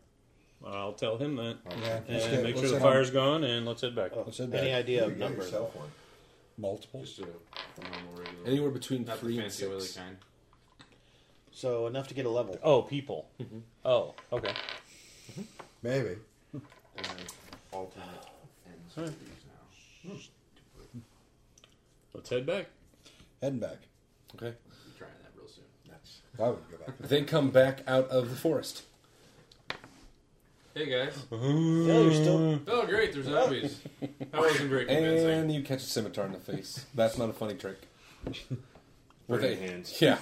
[SPEAKER 10] Well, I'll tell him that.
[SPEAKER 3] Yeah. let's
[SPEAKER 10] And
[SPEAKER 3] get-
[SPEAKER 10] make
[SPEAKER 3] let's
[SPEAKER 10] sure the
[SPEAKER 3] get
[SPEAKER 10] fire's gone, and let's head back.
[SPEAKER 3] on- let's head
[SPEAKER 2] Any
[SPEAKER 3] back.
[SPEAKER 2] idea of
[SPEAKER 7] You got
[SPEAKER 2] number?
[SPEAKER 7] yourself one.
[SPEAKER 3] Multiple.
[SPEAKER 8] Just a normal regular.
[SPEAKER 9] Anywhere between
[SPEAKER 8] Not the
[SPEAKER 9] three and
[SPEAKER 8] fancy oily
[SPEAKER 9] six.
[SPEAKER 8] kind.
[SPEAKER 2] So enough to get a level.
[SPEAKER 10] Oh, people. Oh, okay.
[SPEAKER 3] Maybe.
[SPEAKER 4] and then alternate ends of these now.
[SPEAKER 10] Let's head back.
[SPEAKER 3] Heading back.
[SPEAKER 9] Okay.
[SPEAKER 4] We're trying that real soon. That's
[SPEAKER 3] I would go back.
[SPEAKER 9] They come back out of the forest.
[SPEAKER 8] Hey guys.
[SPEAKER 2] Yeah, you're still.
[SPEAKER 8] Oh great, there's zombies. That wasn't
[SPEAKER 2] [LAUGHS]
[SPEAKER 8] very convincing.
[SPEAKER 9] And you catch a scimitar in the face. That's not a funny
[SPEAKER 8] [LAUGHS]
[SPEAKER 9] trick. With
[SPEAKER 7] Burning
[SPEAKER 9] a- [LAUGHS]
[SPEAKER 7] hands.
[SPEAKER 9] Yeah.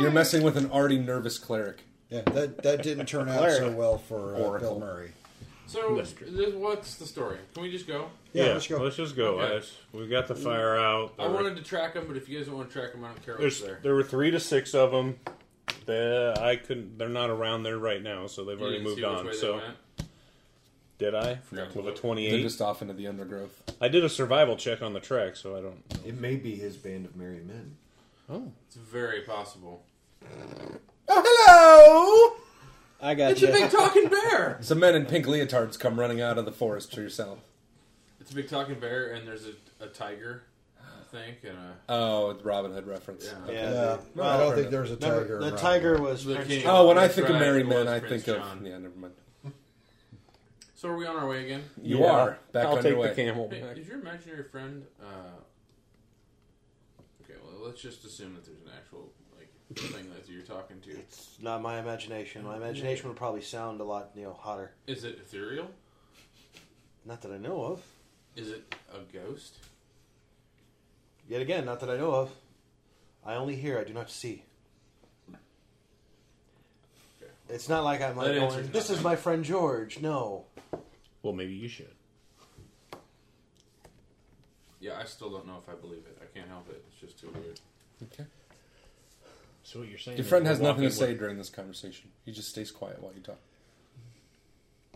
[SPEAKER 9] You're messing with an already nervous cleric.
[SPEAKER 3] Yeah, that that didn't turn out so well for uh, Bill
[SPEAKER 9] Oracle.
[SPEAKER 3] Murray.
[SPEAKER 8] so, this, what's the story? Can we just go?
[SPEAKER 3] Yeah, let's go.
[SPEAKER 12] just go.
[SPEAKER 8] Okay.
[SPEAKER 12] guys. We got the fire out.
[SPEAKER 8] I wanted to track them, but if you guys don't want to track them, I don't care
[SPEAKER 12] There's,
[SPEAKER 8] what's there.
[SPEAKER 12] there were three to six of them. They, I couldn't. They're not around there right now, so they've
[SPEAKER 8] You
[SPEAKER 12] already
[SPEAKER 8] didn't
[SPEAKER 12] moved
[SPEAKER 8] see which way
[SPEAKER 12] on.
[SPEAKER 8] they
[SPEAKER 12] So
[SPEAKER 8] went?
[SPEAKER 12] did I?
[SPEAKER 8] Forgot
[SPEAKER 12] With a
[SPEAKER 8] to look.
[SPEAKER 9] They're
[SPEAKER 12] twenty-eight,
[SPEAKER 9] just off into the undergrowth.
[SPEAKER 12] I did a survival check on the track, so I don't.
[SPEAKER 7] It may be his band of merry men.
[SPEAKER 8] it's very possible.
[SPEAKER 9] Oh,
[SPEAKER 2] I got
[SPEAKER 8] It's a big
[SPEAKER 2] [LAUGHS]
[SPEAKER 8] talking bear.
[SPEAKER 9] hello! Some men in pink leotards come running out of the forest to yourself.
[SPEAKER 8] It's a big talking bear, and there's a, a tiger, I think, and a
[SPEAKER 9] Oh, it's Robin Hood reference.
[SPEAKER 8] yeah.
[SPEAKER 2] Yeah.
[SPEAKER 3] Yeah,
[SPEAKER 2] Well,
[SPEAKER 3] I don't think there's a
[SPEAKER 2] remember,
[SPEAKER 3] tiger.
[SPEAKER 2] the
[SPEAKER 3] around.
[SPEAKER 2] tiger was
[SPEAKER 8] The
[SPEAKER 2] Prince
[SPEAKER 8] king.
[SPEAKER 2] John.
[SPEAKER 9] Oh, when I
[SPEAKER 8] That's
[SPEAKER 9] think of
[SPEAKER 8] right,
[SPEAKER 9] merry
[SPEAKER 8] it
[SPEAKER 9] men,
[SPEAKER 8] was
[SPEAKER 9] I
[SPEAKER 8] Prince
[SPEAKER 9] think of
[SPEAKER 8] John.
[SPEAKER 9] yeah. Never mind.
[SPEAKER 8] So are we on our way again?
[SPEAKER 9] You
[SPEAKER 12] Yeah.
[SPEAKER 9] are back
[SPEAKER 12] I'll
[SPEAKER 9] underway.
[SPEAKER 12] take the camel
[SPEAKER 8] Hey,
[SPEAKER 12] back.
[SPEAKER 8] is your imaginary friend? Uh, okay, well, let's just assume that there's an actual like thing that you're talking to.
[SPEAKER 2] It's not my imagination. My imagination would probably sound a lot, you know, hotter.
[SPEAKER 8] Is it ethereal?
[SPEAKER 2] Not that I know of.
[SPEAKER 8] Is it a ghost?
[SPEAKER 2] Yet again, not that I know of. I only hear. I do not see. It's not like I'm like
[SPEAKER 8] That
[SPEAKER 2] going,
[SPEAKER 8] answers
[SPEAKER 2] this is
[SPEAKER 8] nothing.
[SPEAKER 2] my friend George. No.
[SPEAKER 12] Well, maybe you should.
[SPEAKER 8] Yeah, I still don't know if I believe it. I can't help it. It's just too weird.
[SPEAKER 9] Okay.
[SPEAKER 12] So what you're saying?
[SPEAKER 9] Your friend has nothing to say during this conversation. He just stays quiet while you talk.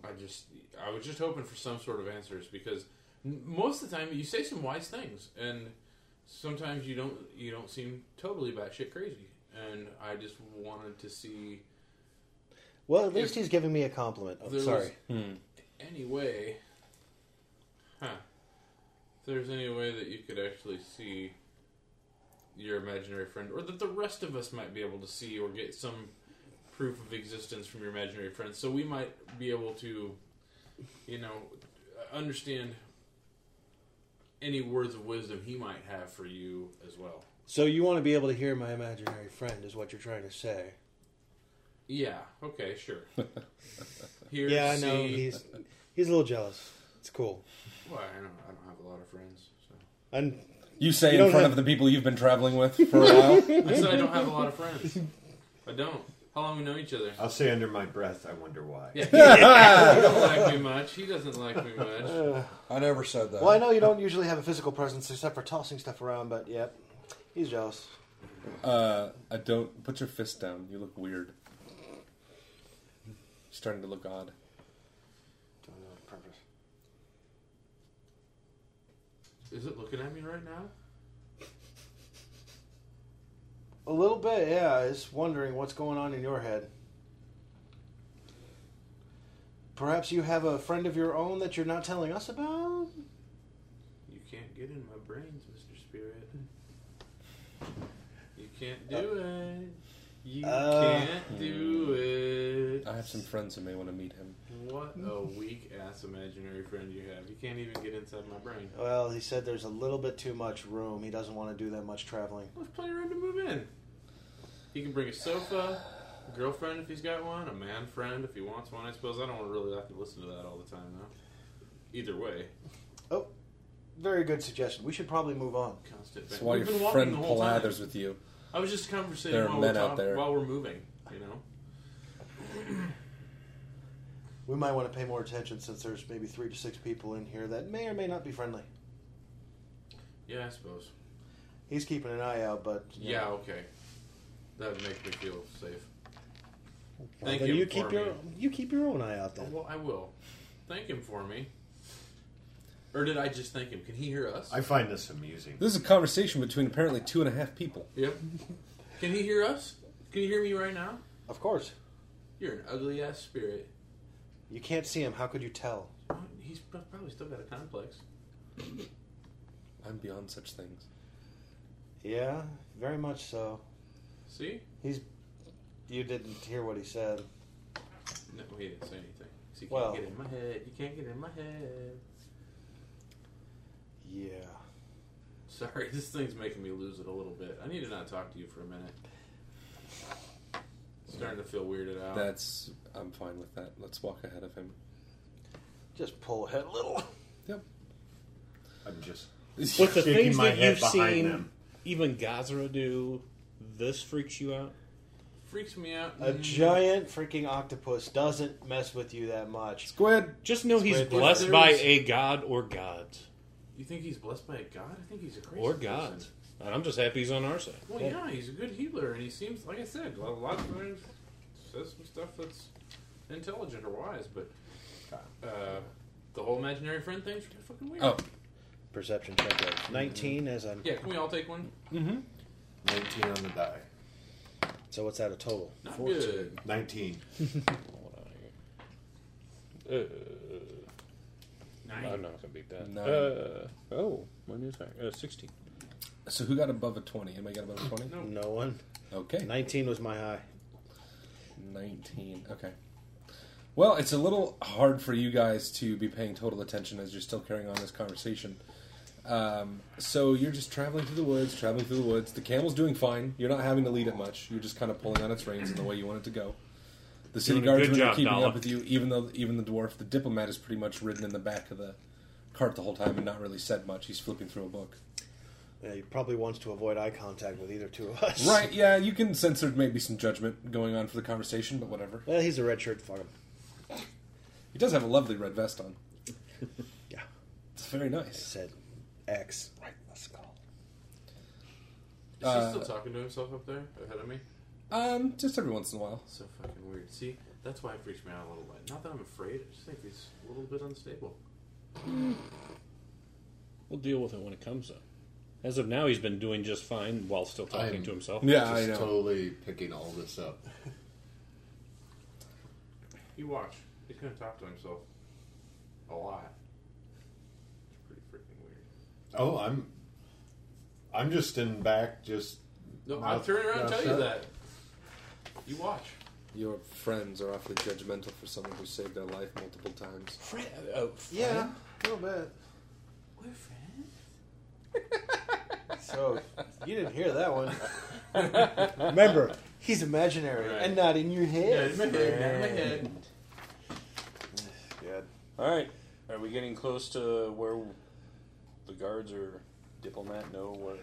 [SPEAKER 8] I just, I was just hoping for some sort of answers because n- most of the time you say some wise things, and sometimes you don't, you don't seem totally batshit crazy. And I just wanted to see
[SPEAKER 2] Well, at least he's giving me a compliment. I'm
[SPEAKER 8] There was-
[SPEAKER 2] Oh, sorry.
[SPEAKER 8] any way, huh? If there's any way that you could actually see your imaginary friend, or that the rest of us might be able to see, or get some proof of existence from your imaginary friend, so we might be able to, you know, understand any words of wisdom he might have for you as well.
[SPEAKER 2] So you want to be able to hear my imaginary friend is what you're trying to say.
[SPEAKER 8] Yeah. Okay. Sure. Here,
[SPEAKER 2] yeah, I know.
[SPEAKER 8] see-
[SPEAKER 2] He's he's a little jealous. It's cool.
[SPEAKER 8] Well, I don't. I don't have a lot of friends. So.
[SPEAKER 2] And
[SPEAKER 9] You say
[SPEAKER 2] don't
[SPEAKER 9] in front
[SPEAKER 2] have-
[SPEAKER 9] of the people you've been traveling with for a
[SPEAKER 8] [LAUGHS]
[SPEAKER 9] while.
[SPEAKER 8] I said I don't have a lot of friends. [LAUGHS] I don't. How long we know each other?
[SPEAKER 7] I'll say under my breath, I wonder why.
[SPEAKER 8] [LAUGHS] Yeah, he doesn't like me much. He doesn't like me much.
[SPEAKER 3] I never said that.
[SPEAKER 2] well, I know you don't usually have a physical presence except for tossing stuff around, but yep, he's jealous.
[SPEAKER 9] Uh, I don't put your fist down. You look weird. You're starting to look odd.
[SPEAKER 4] Doing it on purpose.
[SPEAKER 8] Is it looking at me right now?
[SPEAKER 2] A little bit, yeah. It's wondering what's going on in your head. Perhaps you have a friend of your own that you're not telling us about?
[SPEAKER 8] You can't get in my brains, Mr. Spirit. You can't do it. You
[SPEAKER 9] Uh, hmm.
[SPEAKER 8] can't do it.
[SPEAKER 9] I have some friends who may want to meet him.
[SPEAKER 8] What a weak ass imaginary friend you have. You can't even get inside my brain.
[SPEAKER 2] Well, he said there's a little bit too much room. He doesn't want to do that much traveling.
[SPEAKER 8] Let's play around to move in. He can bring a sofa, a girlfriend if he's got one, a man friend if he wants one, I suppose. I don't really have to listen to that all the time, though. Either way,
[SPEAKER 2] Very good suggestion. We should probably move on.
[SPEAKER 8] constant.
[SPEAKER 9] That's
[SPEAKER 8] bang.
[SPEAKER 9] why
[SPEAKER 8] We've been
[SPEAKER 9] your
[SPEAKER 8] walking
[SPEAKER 9] friend
[SPEAKER 8] the whole time.
[SPEAKER 9] Palathers with you.
[SPEAKER 8] I was just conversating
[SPEAKER 9] There are
[SPEAKER 8] while,
[SPEAKER 9] men
[SPEAKER 8] we're
[SPEAKER 9] out
[SPEAKER 8] talk-
[SPEAKER 9] there.
[SPEAKER 8] while we're moving, you know?
[SPEAKER 2] We might want to pay more attention since there's maybe three to six people in here that may or may not be friendly.
[SPEAKER 8] Yeah, I suppose.
[SPEAKER 2] He's keeping an eye out, but you
[SPEAKER 8] Yeah,
[SPEAKER 2] know.
[SPEAKER 8] okay. That would make me feel safe.
[SPEAKER 2] Well,
[SPEAKER 8] Thank
[SPEAKER 2] then
[SPEAKER 8] him
[SPEAKER 2] you
[SPEAKER 8] for
[SPEAKER 2] keep
[SPEAKER 8] me.
[SPEAKER 2] your you keep your own eye out then.
[SPEAKER 8] Well, I will. Thank him for me. Or did I just thank him? Can he hear us?
[SPEAKER 7] I find this amusing.
[SPEAKER 9] This is a conversation between apparently two and a half people.
[SPEAKER 8] Yep. Can he hear us? Can you hear me right now?
[SPEAKER 2] Of course,
[SPEAKER 8] You're an ugly ass spirit.
[SPEAKER 2] you can't see him. How could you tell?
[SPEAKER 8] He's pro- probably still got a complex.
[SPEAKER 9] I'm beyond such things.
[SPEAKER 2] Yeah, very much so.
[SPEAKER 8] See?
[SPEAKER 2] He's. You didn't hear what he said.
[SPEAKER 8] No, he didn't say anything. So you can't
[SPEAKER 2] Well-
[SPEAKER 8] get in my head. You can't get in my head.
[SPEAKER 2] Yeah.
[SPEAKER 8] Sorry, [LAUGHS] this thing's making me lose it a little bit. I need to not talk to you for a minute. Starting to feel weirded
[SPEAKER 9] Um,
[SPEAKER 8] out.
[SPEAKER 9] That's. I'm fine with that. Let's walk ahead of him.
[SPEAKER 2] Just pull ahead a little.
[SPEAKER 7] I'm just
[SPEAKER 9] With the
[SPEAKER 7] shaking
[SPEAKER 9] things
[SPEAKER 7] my
[SPEAKER 9] that
[SPEAKER 7] head
[SPEAKER 9] you've
[SPEAKER 7] behind
[SPEAKER 9] seen-
[SPEAKER 7] them.
[SPEAKER 12] Even Gazra do. This freaks you out.
[SPEAKER 8] freaks me out.
[SPEAKER 2] A
[SPEAKER 8] Mm.
[SPEAKER 2] giant freaking octopus doesn't mess with you that much.
[SPEAKER 9] Squid.
[SPEAKER 12] Just know he's
[SPEAKER 2] Squid.
[SPEAKER 12] blessed
[SPEAKER 8] There
[SPEAKER 12] by
[SPEAKER 8] is-
[SPEAKER 12] a god or gods
[SPEAKER 8] You think he's blessed by a god? I think he's a crazy
[SPEAKER 12] or
[SPEAKER 8] person.
[SPEAKER 12] gods. And I'm just happy he's on our side.
[SPEAKER 8] Well, yeah, he's a good healer, and he seems, like I said, a lot of times says some stuff that's intelligent or wise, but uh, the whole imaginary friend thing's pretty fucking weird.
[SPEAKER 2] Oh. Perception check. of 19 as I'm.
[SPEAKER 8] Yeah, can we all take one?
[SPEAKER 7] Mm-hmm. 19 on the die.
[SPEAKER 2] So what's that a total?
[SPEAKER 8] Not good.
[SPEAKER 7] 19.
[SPEAKER 12] Uh,
[SPEAKER 8] Nine.
[SPEAKER 12] I'm not gonna beat that.
[SPEAKER 9] Nine.
[SPEAKER 12] Uh, oh, my new attack. Uh, sixteen.
[SPEAKER 9] So who got above a twenty? Anybody got above a twenty?
[SPEAKER 8] No.
[SPEAKER 2] No one.
[SPEAKER 9] Okay.
[SPEAKER 2] 19 was my high.
[SPEAKER 9] 19. Okay. Well, it's a little hard for you guys to be paying total attention as you're still carrying on this conversation. Um, so you're just traveling through the woods, traveling through the woods. The camel's doing fine. You're not having to lead it much. You're just kind of pulling on its reins in the way you want it to go. The city
[SPEAKER 12] Doing a good
[SPEAKER 9] guardsmen are
[SPEAKER 12] job,
[SPEAKER 9] keeping
[SPEAKER 12] Nala.
[SPEAKER 9] up with you, even though even the dwarf, the diplomat, is pretty much ridden in the back of the cart the whole time and not really said much. He's flipping through a book.
[SPEAKER 2] Yeah, he probably wants to avoid eye contact with either two of us. [LAUGHS]
[SPEAKER 9] Right? Yeah, you can sense there's maybe some judgment going on for the conversation, but whatever.
[SPEAKER 2] Well, he's a red shirt. Fuck him.
[SPEAKER 9] He does have a lovely red
[SPEAKER 13] [LAUGHS]
[SPEAKER 9] vest on.
[SPEAKER 2] Yeah.
[SPEAKER 9] It's very nice.
[SPEAKER 2] said X right in the skull.
[SPEAKER 8] Is
[SPEAKER 9] Uh,
[SPEAKER 8] he still talking to himself up there ahead of me?
[SPEAKER 9] Um, just every once in a while.
[SPEAKER 8] So fucking weird. See, that's why it freaks me out a little bit. Not that I'm afraid, I just think he's a little bit unstable.
[SPEAKER 12] We'll deal with it when it comes up. As of now, he's been doing just fine while still talking
[SPEAKER 7] I'm
[SPEAKER 12] to himself.
[SPEAKER 7] just totally picking all this up.
[SPEAKER 8] You watch. He's gonna talk to himself a lot. It's pretty freaking weird.
[SPEAKER 7] Oh, I'm I'm just in back just
[SPEAKER 8] No, I'll
[SPEAKER 7] mouth-
[SPEAKER 8] turn around and
[SPEAKER 7] mouth
[SPEAKER 8] tell you
[SPEAKER 7] shut.
[SPEAKER 8] that. You watch.
[SPEAKER 9] Your friends are awfully judgmental for someone who saved their life multiple times.
[SPEAKER 8] Oh,
[SPEAKER 2] Yeah, a little bit.
[SPEAKER 8] We're friends? [LAUGHS]
[SPEAKER 2] So you didn't hear that one. Remember, he's imaginary
[SPEAKER 8] Right.
[SPEAKER 2] and not in your
[SPEAKER 8] Yeah,
[SPEAKER 2] head.
[SPEAKER 8] in my head, in my head.
[SPEAKER 2] Good.
[SPEAKER 12] All right. Are we getting close to where the guards or diplomat know where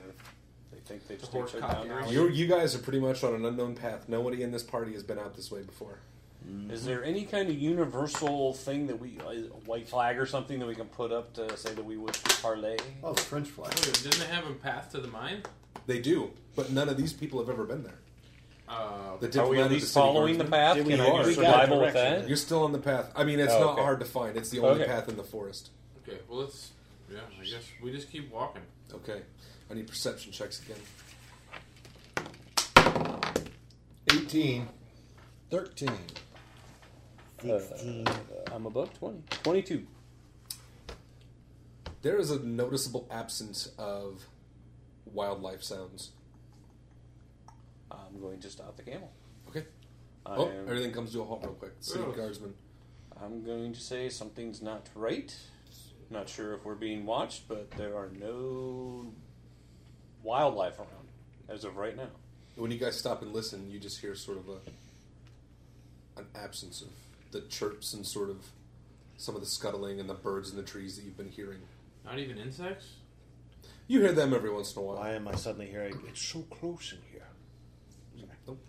[SPEAKER 12] they think they've
[SPEAKER 8] horse Oh,
[SPEAKER 12] staked their
[SPEAKER 8] cock
[SPEAKER 12] boundaries?
[SPEAKER 9] You you guys are pretty much on an unknown path. Nobody in this party has been out this way before.
[SPEAKER 12] Is there any kind of universal thing that we, a white flag or something that we can put up to say that we would parlay?
[SPEAKER 7] Oh, the French flag.
[SPEAKER 8] Wait, didn't they have a path to the mine?
[SPEAKER 9] They do, but none of these people have ever been there.
[SPEAKER 13] Uh,
[SPEAKER 9] the
[SPEAKER 13] are we at
[SPEAKER 9] diplomat of
[SPEAKER 13] least
[SPEAKER 9] city
[SPEAKER 13] following the
[SPEAKER 9] guardsmen.
[SPEAKER 13] path? Can our survival with that?
[SPEAKER 9] You're still on the path. I mean, it's
[SPEAKER 13] Oh,
[SPEAKER 9] not
[SPEAKER 13] okay. Oh,
[SPEAKER 9] hard to find. It's the only
[SPEAKER 13] Okay.
[SPEAKER 9] path in the forest.
[SPEAKER 8] Okay, well, let's. Yeah, I guess we just keep walking.
[SPEAKER 9] Okay. I need perception checks again. 18.
[SPEAKER 3] 13.
[SPEAKER 9] 16.
[SPEAKER 13] Uh, I'm above 20. 22.
[SPEAKER 9] There is a noticeable absence of wildlife sounds.
[SPEAKER 13] I'm going to stop the camel.
[SPEAKER 9] Okay.
[SPEAKER 13] I
[SPEAKER 9] oh,
[SPEAKER 13] am-
[SPEAKER 9] everything comes to a halt real quick. City
[SPEAKER 13] Oh.
[SPEAKER 9] guardsman.
[SPEAKER 13] I'm going to say something's not right. Not sure if we're being watched, but there are no wildlife around as of right now.
[SPEAKER 9] When you guys stop and listen, you just hear sort of a an absence of the chirps and sort of some of the scuttling and the birds in the trees that you've been hearing.
[SPEAKER 8] Not even insects?
[SPEAKER 9] You hear them every once in a while.
[SPEAKER 2] Why am I suddenly hearing? It's so close in here.
[SPEAKER 9] Nope.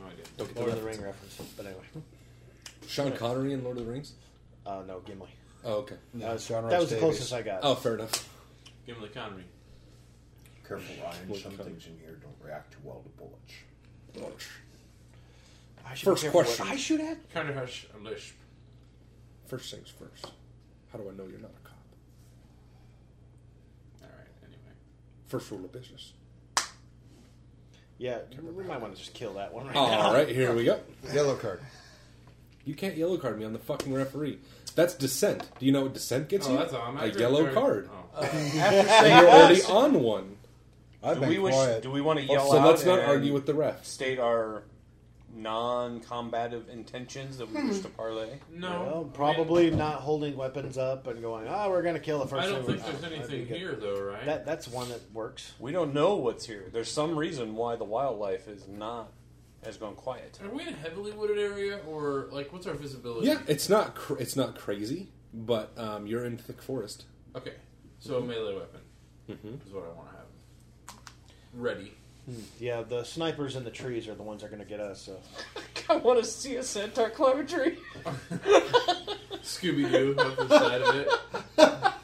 [SPEAKER 8] No idea.
[SPEAKER 9] Don't
[SPEAKER 2] Lord
[SPEAKER 9] get
[SPEAKER 2] of the
[SPEAKER 9] that.
[SPEAKER 2] Ring reference, but anyway.
[SPEAKER 9] Sean Connery in Lord of the Rings?
[SPEAKER 2] Uh, no, Gimli.
[SPEAKER 9] Oh, okay.
[SPEAKER 2] No, it's John That was the Rhys Davies. closest I got.
[SPEAKER 9] Oh, fair enough.
[SPEAKER 8] Give him the Connery.
[SPEAKER 7] Careful, Ryan.
[SPEAKER 8] Look,
[SPEAKER 7] Some
[SPEAKER 8] come-
[SPEAKER 7] things in here don't react too well to bullets.
[SPEAKER 2] I
[SPEAKER 9] should be First careful what question.
[SPEAKER 2] I shoot at.
[SPEAKER 8] Kind of hush a lisp.
[SPEAKER 9] First things first. How do I know you're not a cop?
[SPEAKER 8] All right, anyway.
[SPEAKER 9] First rule of business.
[SPEAKER 2] Yeah, we might want to just kill that one right
[SPEAKER 8] Oh.
[SPEAKER 9] All right,
[SPEAKER 2] now.
[SPEAKER 9] here we go.
[SPEAKER 3] Yellow card.
[SPEAKER 9] You can't yellow card me. I'm the fucking referee. That's dissent. Do you know what dissent gets
[SPEAKER 8] Oh,
[SPEAKER 9] you?
[SPEAKER 8] that's all. I'm
[SPEAKER 9] a
[SPEAKER 8] actually
[SPEAKER 9] yellow
[SPEAKER 8] very-
[SPEAKER 9] card.
[SPEAKER 8] oh. Uh, after
[SPEAKER 9] and you're already on one.
[SPEAKER 7] I've
[SPEAKER 13] do
[SPEAKER 7] been
[SPEAKER 13] we wish-
[SPEAKER 7] quiet.
[SPEAKER 13] do we want to
[SPEAKER 9] So
[SPEAKER 13] yell out?
[SPEAKER 9] let's not
[SPEAKER 13] and
[SPEAKER 9] argue with the ref.
[SPEAKER 13] State our non-combative intentions that we wish to parlay.
[SPEAKER 2] Well, probably not holding weapons up and going, oh, we're going to kill the first
[SPEAKER 8] I don't
[SPEAKER 2] one we
[SPEAKER 8] think there's
[SPEAKER 2] find." That'd be
[SPEAKER 8] anything
[SPEAKER 2] good.
[SPEAKER 8] here, though, right?
[SPEAKER 2] That, that's one that works.
[SPEAKER 13] We don't know what's here. There's some reason why the wildlife is not has gone quiet.
[SPEAKER 8] Are we in a heavily wooded area, or like what's our visibility?
[SPEAKER 9] Yeah, it's not cr- it's not crazy, but um, you're in thick forest.
[SPEAKER 8] Okay, so a melee weapon is what I want to have. Ready.
[SPEAKER 2] Yeah, the snipers in the trees are the ones that are going to get us. So.
[SPEAKER 13] I want to see a centaur climb a tree.
[SPEAKER 8] Scooby Doo [LAUGHS] up the side of it. [LAUGHS]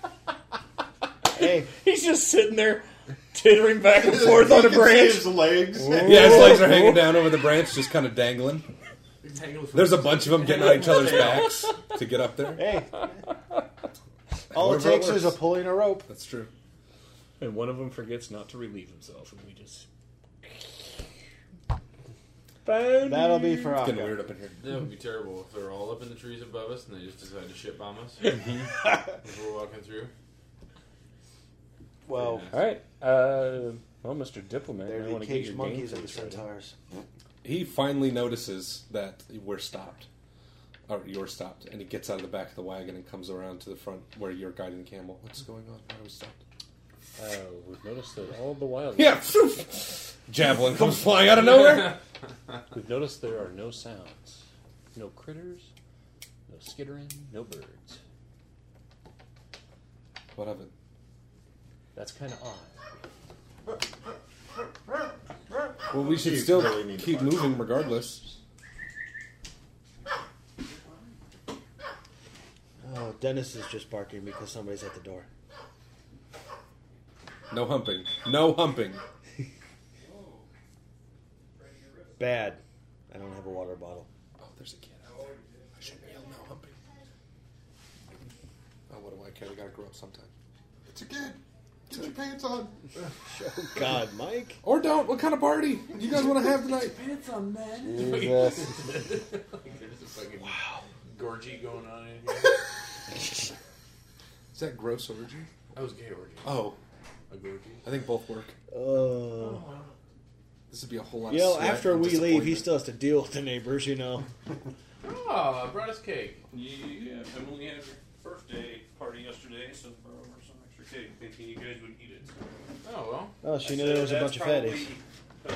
[SPEAKER 2] Hey,
[SPEAKER 13] he's just sitting there, tittering back and forth on a
[SPEAKER 7] You can see
[SPEAKER 13] branch.
[SPEAKER 7] his legs.
[SPEAKER 4] [LAUGHS]
[SPEAKER 9] Yeah, his legs are hanging down over the branch, just kind of dangling.
[SPEAKER 8] He's hanging with-
[SPEAKER 9] There's a bunch of them getting on each other's backs to get up there. [LAUGHS]
[SPEAKER 2] Hey. All it
[SPEAKER 9] Whatever
[SPEAKER 2] takes
[SPEAKER 9] works.
[SPEAKER 2] is a pulley and a rope.
[SPEAKER 9] That's true.
[SPEAKER 1] And one of them forgets not to relieve himself, and we just.
[SPEAKER 2] That'll be for
[SPEAKER 9] It's
[SPEAKER 2] Akka.
[SPEAKER 9] getting weird up in here.
[SPEAKER 8] That would be terrible if they're all up in the trees above us and they just decide to shit bomb us as we're walking through.
[SPEAKER 2] Well,
[SPEAKER 1] All right. Uh, well, Mr. Diplomat,
[SPEAKER 2] they're
[SPEAKER 1] I
[SPEAKER 2] the
[SPEAKER 1] want to get
[SPEAKER 2] caged
[SPEAKER 1] your
[SPEAKER 2] monkeys
[SPEAKER 1] game
[SPEAKER 2] and the
[SPEAKER 1] face ready.
[SPEAKER 2] centaurs.
[SPEAKER 9] He finally notices that we're stopped, or you're stopped, and he gets out of the back of the wagon and comes around to the front where you're guiding the camel. What's going on? Why are we stopped?
[SPEAKER 1] Oh, we've noticed that all the wild.
[SPEAKER 9] Yeah, [LAUGHS] javelin comes flying out of nowhere.
[SPEAKER 1] We've noticed there are no sounds, no critters, no skittering, no birds.
[SPEAKER 9] What of it?
[SPEAKER 1] That's kind of odd.
[SPEAKER 9] Well, we should
[SPEAKER 7] You
[SPEAKER 9] still
[SPEAKER 7] really need to
[SPEAKER 9] keep
[SPEAKER 7] punch.
[SPEAKER 9] moving regardless.
[SPEAKER 2] Oh, Dennis is just barking because somebody's at the door.
[SPEAKER 9] No humping. No humping.
[SPEAKER 2] Bad. I don't have a water bottle.
[SPEAKER 9] Oh, there's a kid out there. I shouldn't yell no humping. Oh, what do I care? They gotta grow up sometime.
[SPEAKER 3] It's a kid. Get your pants on.
[SPEAKER 2] God, Mike.
[SPEAKER 9] Or don't. What kind of party do you guys want to have tonight?
[SPEAKER 8] Pants on, man.
[SPEAKER 3] Jesus.
[SPEAKER 8] There's a fucking wow. gorgy going on in here.
[SPEAKER 9] Is that gross orgy?
[SPEAKER 8] I was gay orgy.
[SPEAKER 9] Oh,
[SPEAKER 8] A gorgy.
[SPEAKER 9] I think both work.
[SPEAKER 2] Oh.
[SPEAKER 9] This would be a whole lot.
[SPEAKER 2] You
[SPEAKER 9] of
[SPEAKER 2] know,
[SPEAKER 9] sweat
[SPEAKER 2] after
[SPEAKER 9] and
[SPEAKER 2] we leave, he
[SPEAKER 9] disappointment.
[SPEAKER 2] still has to deal with the neighbors, you know.
[SPEAKER 8] Oh, I brought us cake.
[SPEAKER 13] Yeah, Emily had her birthday party yesterday, so brought over some extra cake, thinking you guys would eat it.
[SPEAKER 8] Oh well,
[SPEAKER 2] Oh, she
[SPEAKER 13] I
[SPEAKER 2] knew
[SPEAKER 13] said
[SPEAKER 2] there was a
[SPEAKER 13] that's
[SPEAKER 2] bunch of
[SPEAKER 13] probably
[SPEAKER 2] fatties.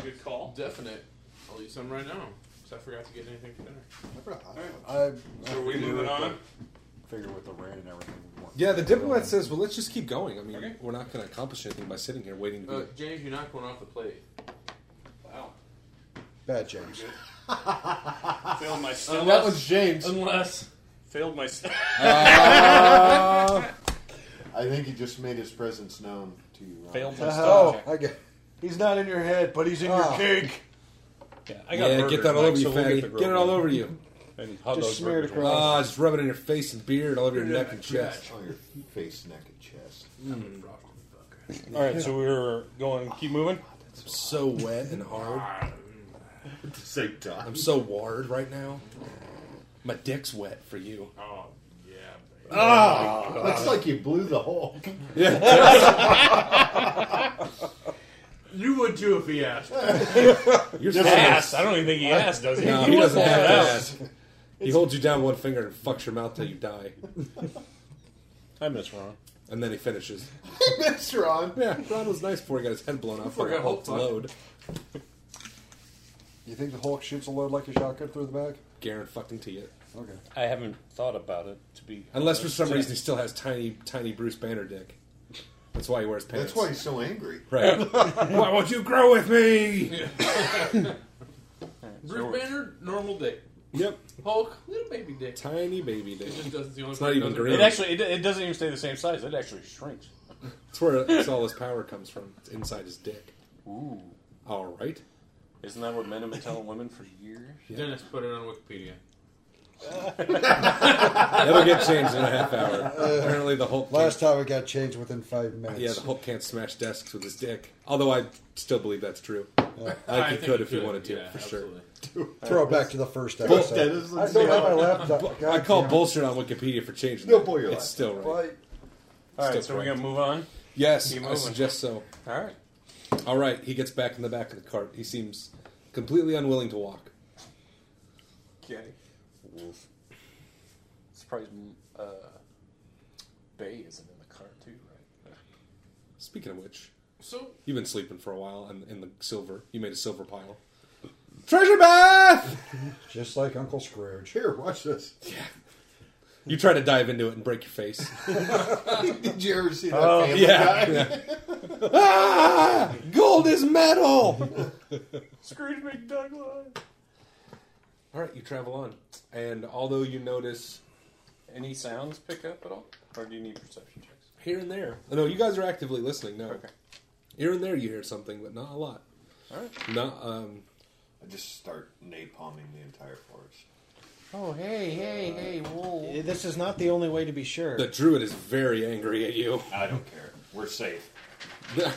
[SPEAKER 13] A good call.
[SPEAKER 8] definite. I'll eat some right now because I forgot to get anything for dinner.
[SPEAKER 3] I,
[SPEAKER 13] So are we moving on?
[SPEAKER 7] Figure with the rain and everything. we want.
[SPEAKER 9] Yeah, the diplomat says, "Well, let's just keep going. I mean,
[SPEAKER 13] Okay.
[SPEAKER 9] we're not going to accomplish anything by sitting here waiting to be."
[SPEAKER 8] Uh, James, you knocked one off the plate.
[SPEAKER 13] Wow.
[SPEAKER 3] Bad James.
[SPEAKER 13] Failed
[SPEAKER 9] Uh,
[SPEAKER 13] my step.
[SPEAKER 3] That was James.
[SPEAKER 8] Unless
[SPEAKER 13] Failed my step.
[SPEAKER 3] Uh,
[SPEAKER 7] I think he just made his presence known to you. Ryan.
[SPEAKER 13] Failed my
[SPEAKER 3] oh,
[SPEAKER 13] step.
[SPEAKER 3] I get.
[SPEAKER 11] He's not in your head, but he's in
[SPEAKER 3] Ah.
[SPEAKER 11] your cake.
[SPEAKER 4] Yeah,
[SPEAKER 9] I got Yeah, burgers, get that all Mike, over you, so we'll get fatty. the grill Get it all going. over you.
[SPEAKER 4] And
[SPEAKER 9] hot Just dog smear it burgers. across. Ah, just rub it in your face and beard, all over your neck and chest.
[SPEAKER 7] On your face, neck, and chest.
[SPEAKER 4] All right, so we're going. Keep moving.
[SPEAKER 9] so wet and hard.
[SPEAKER 7] Say time.
[SPEAKER 9] I'm so ward right now. My dick's wet for you.
[SPEAKER 8] Oh yeah.
[SPEAKER 9] Ah,
[SPEAKER 7] Oh, looks like you blew the [LAUGHS] Hulk.
[SPEAKER 9] Yeah.
[SPEAKER 8] You would too if he asked.
[SPEAKER 9] You're
[SPEAKER 8] Just
[SPEAKER 4] asked. I don't even think he asked, does he?
[SPEAKER 9] No,
[SPEAKER 4] He
[SPEAKER 9] he, doesn't
[SPEAKER 4] doesn't
[SPEAKER 9] have to
[SPEAKER 4] ask.
[SPEAKER 9] ask. He holds you down one finger and fucks your mouth till you die.
[SPEAKER 4] I miss Ron.
[SPEAKER 9] And then he finishes.
[SPEAKER 7] That's Ron.
[SPEAKER 9] Yeah, Ron was nice before he got his head blown off.
[SPEAKER 7] Before
[SPEAKER 9] Like a
[SPEAKER 7] he got
[SPEAKER 9] Hulk
[SPEAKER 7] Hulk
[SPEAKER 9] load.
[SPEAKER 3] You think the Hulk shoots a load like a shotgun through the back?
[SPEAKER 9] Garen fucking to you.
[SPEAKER 3] Okay.
[SPEAKER 4] I haven't thought about it to be.
[SPEAKER 9] Unless for some
[SPEAKER 4] honest.
[SPEAKER 9] reason he still has tiny, tiny Bruce Banner dick. That's why he wears pants.
[SPEAKER 7] That's why he's so angry.
[SPEAKER 9] Right. [LAUGHS] why won't you grow with me?
[SPEAKER 8] Bruce Banner, normal dick.
[SPEAKER 9] Yep.
[SPEAKER 8] Hulk, little baby dick.
[SPEAKER 9] Tiny baby dick.
[SPEAKER 8] It just does the only
[SPEAKER 9] It's
[SPEAKER 8] thing
[SPEAKER 9] not
[SPEAKER 8] it
[SPEAKER 9] even
[SPEAKER 8] doesn't-
[SPEAKER 9] green.
[SPEAKER 4] It actually it, it doesn't even stay the same size. It actually shrinks.
[SPEAKER 9] That's where it's all his power comes from. It's inside his dick.
[SPEAKER 4] Ooh.
[SPEAKER 9] All right.
[SPEAKER 4] Isn't that what men have been telling women for years?
[SPEAKER 8] Dennis put it on Wikipedia.
[SPEAKER 9] That'll get changed in a half [LAUGHS] hour. Apparently the Hulk.
[SPEAKER 3] Last time it got changed within five minutes.
[SPEAKER 9] Yeah, the Hulk can't smash desks with his dick. Although I still believe that's true. I
[SPEAKER 3] I
[SPEAKER 9] think
[SPEAKER 3] think
[SPEAKER 9] he could
[SPEAKER 3] he
[SPEAKER 9] if he
[SPEAKER 3] could,
[SPEAKER 9] wanted to,
[SPEAKER 3] yeah,
[SPEAKER 9] for sure.
[SPEAKER 3] Throw it back to the first episode. I don't have my laptop.
[SPEAKER 9] I
[SPEAKER 3] God
[SPEAKER 9] call
[SPEAKER 3] damn it.
[SPEAKER 9] bullshit on Wikipedia for changing.
[SPEAKER 3] No,
[SPEAKER 9] that.
[SPEAKER 3] boy, you're
[SPEAKER 9] it's
[SPEAKER 3] right.
[SPEAKER 9] still right.
[SPEAKER 3] Right.
[SPEAKER 4] All right,
[SPEAKER 9] Still
[SPEAKER 4] so we're
[SPEAKER 9] correct.
[SPEAKER 4] gonna move on.
[SPEAKER 9] Yes,
[SPEAKER 4] Keep
[SPEAKER 9] I
[SPEAKER 4] moving.
[SPEAKER 9] suggest so.
[SPEAKER 4] All right.
[SPEAKER 9] All right, he gets back in the back of the cart. He seems completely unwilling to walk.
[SPEAKER 4] Okay. Wolf. Surprised uh, Bay isn't in the car too, right?
[SPEAKER 9] Speaking of which,
[SPEAKER 8] So-
[SPEAKER 9] you've been sleeping for a while, and in the silver, you made a silver pile. Treasure bath.
[SPEAKER 3] Just like Uncle Scrooge.
[SPEAKER 7] Here, watch this. [LAUGHS]
[SPEAKER 9] You try to dive into it and break your face.
[SPEAKER 7] Did you ever see that
[SPEAKER 9] Oh,
[SPEAKER 7] family
[SPEAKER 9] yeah,
[SPEAKER 7] guy?
[SPEAKER 9] yeah. ah, gold is metal.
[SPEAKER 4] Scrooge McDuckline.
[SPEAKER 9] All right, you travel on, and although you notice
[SPEAKER 4] Any sounds pick up at all, or do you need perception checks?
[SPEAKER 9] here and there, oh, no, you guys are actively listening. No,
[SPEAKER 4] Okay.
[SPEAKER 9] here and there you hear something, but not a lot.
[SPEAKER 4] All right.
[SPEAKER 9] Not um,
[SPEAKER 7] [LAUGHS] I just start napalming the entire forest.
[SPEAKER 4] Oh hey hey hey whoa!
[SPEAKER 2] Eh, This is not the only way to be sure.
[SPEAKER 9] the druid is very angry at you.
[SPEAKER 7] I don't care. We're safe.
[SPEAKER 9] You're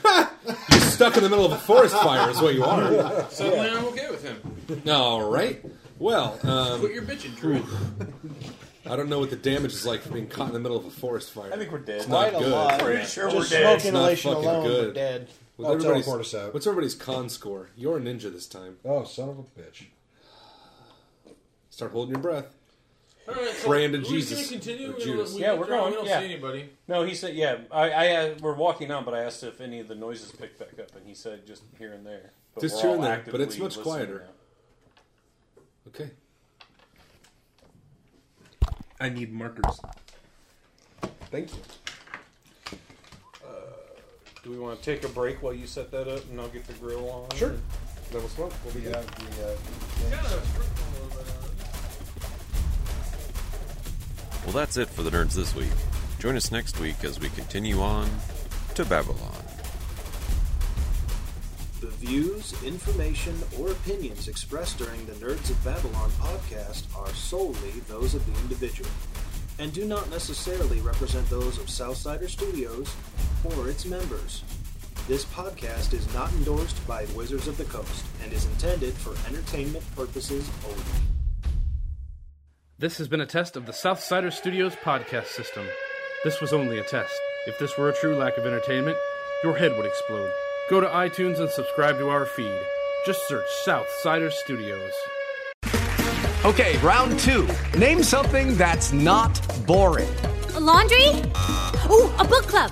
[SPEAKER 9] stuck in the middle of a forest fire, is what
[SPEAKER 4] [LAUGHS]
[SPEAKER 9] you are.
[SPEAKER 8] Suddenly, I'm okay with him.
[SPEAKER 9] All right. Well, um,
[SPEAKER 8] Quit your bitching, Drew.
[SPEAKER 9] I don't know what the damage is like for being caught in the middle of a forest fire.
[SPEAKER 4] I think we're dead.
[SPEAKER 9] It's not
[SPEAKER 4] Quite a
[SPEAKER 9] good.
[SPEAKER 4] lot. Pretty sure
[SPEAKER 2] Just
[SPEAKER 4] we're dead.
[SPEAKER 2] smoke inhalation
[SPEAKER 9] It's not
[SPEAKER 2] alone,
[SPEAKER 9] fucking
[SPEAKER 2] we're
[SPEAKER 9] good.
[SPEAKER 2] dead.
[SPEAKER 9] With
[SPEAKER 3] I'll
[SPEAKER 9] everybody's-
[SPEAKER 3] teleport us out.
[SPEAKER 9] What's everybody's con score? You're a ninja this time.
[SPEAKER 3] Oh, son of a bitch.
[SPEAKER 9] Start holding your breath.
[SPEAKER 8] All right, so
[SPEAKER 9] Praying to
[SPEAKER 8] are we
[SPEAKER 9] Jesus,
[SPEAKER 8] Just gonna
[SPEAKER 9] or
[SPEAKER 8] continue? We're gonna
[SPEAKER 9] Judas.
[SPEAKER 8] let- we
[SPEAKER 4] Yeah,
[SPEAKER 8] get
[SPEAKER 4] we're
[SPEAKER 8] there,
[SPEAKER 4] going,
[SPEAKER 8] We don't
[SPEAKER 4] yeah.
[SPEAKER 8] see anybody.
[SPEAKER 4] No, he said, yeah. I, I uh, we're walking on, but I asked if any of the noises picked back up, and he said just here and there. But
[SPEAKER 9] Just
[SPEAKER 4] we're
[SPEAKER 9] here
[SPEAKER 4] all
[SPEAKER 9] and there,
[SPEAKER 4] actively
[SPEAKER 9] but it's much
[SPEAKER 4] listening
[SPEAKER 9] quieter.
[SPEAKER 4] now.
[SPEAKER 9] Okay. I need markers. Thank you.
[SPEAKER 4] Uh, Do we want to take a break while you set that up, and I'll get the grill on?
[SPEAKER 9] Sure. That was fun. We'll be
[SPEAKER 3] We
[SPEAKER 9] good.
[SPEAKER 3] have the, uh,
[SPEAKER 6] Well, that's it for the nerds this week. Join us next week as we continue on to Babylon.
[SPEAKER 14] The views, information, or opinions expressed during the Nerds of Babylon podcast are solely those of the individual and do not necessarily represent those of Southsider Studios or its members. This podcast is not endorsed by Wizards of the Coast and is intended for entertainment purposes only.
[SPEAKER 15] This has been a test of the Southsider Studios podcast system. This was only a test. If this were a true lack of entertainment, your head would explode. Go to iTunes and subscribe to our feed. Just search Southsider Studios.
[SPEAKER 13] Okay, round two. Name something that's not boring.
[SPEAKER 16] A laundry? Ooh, a book club.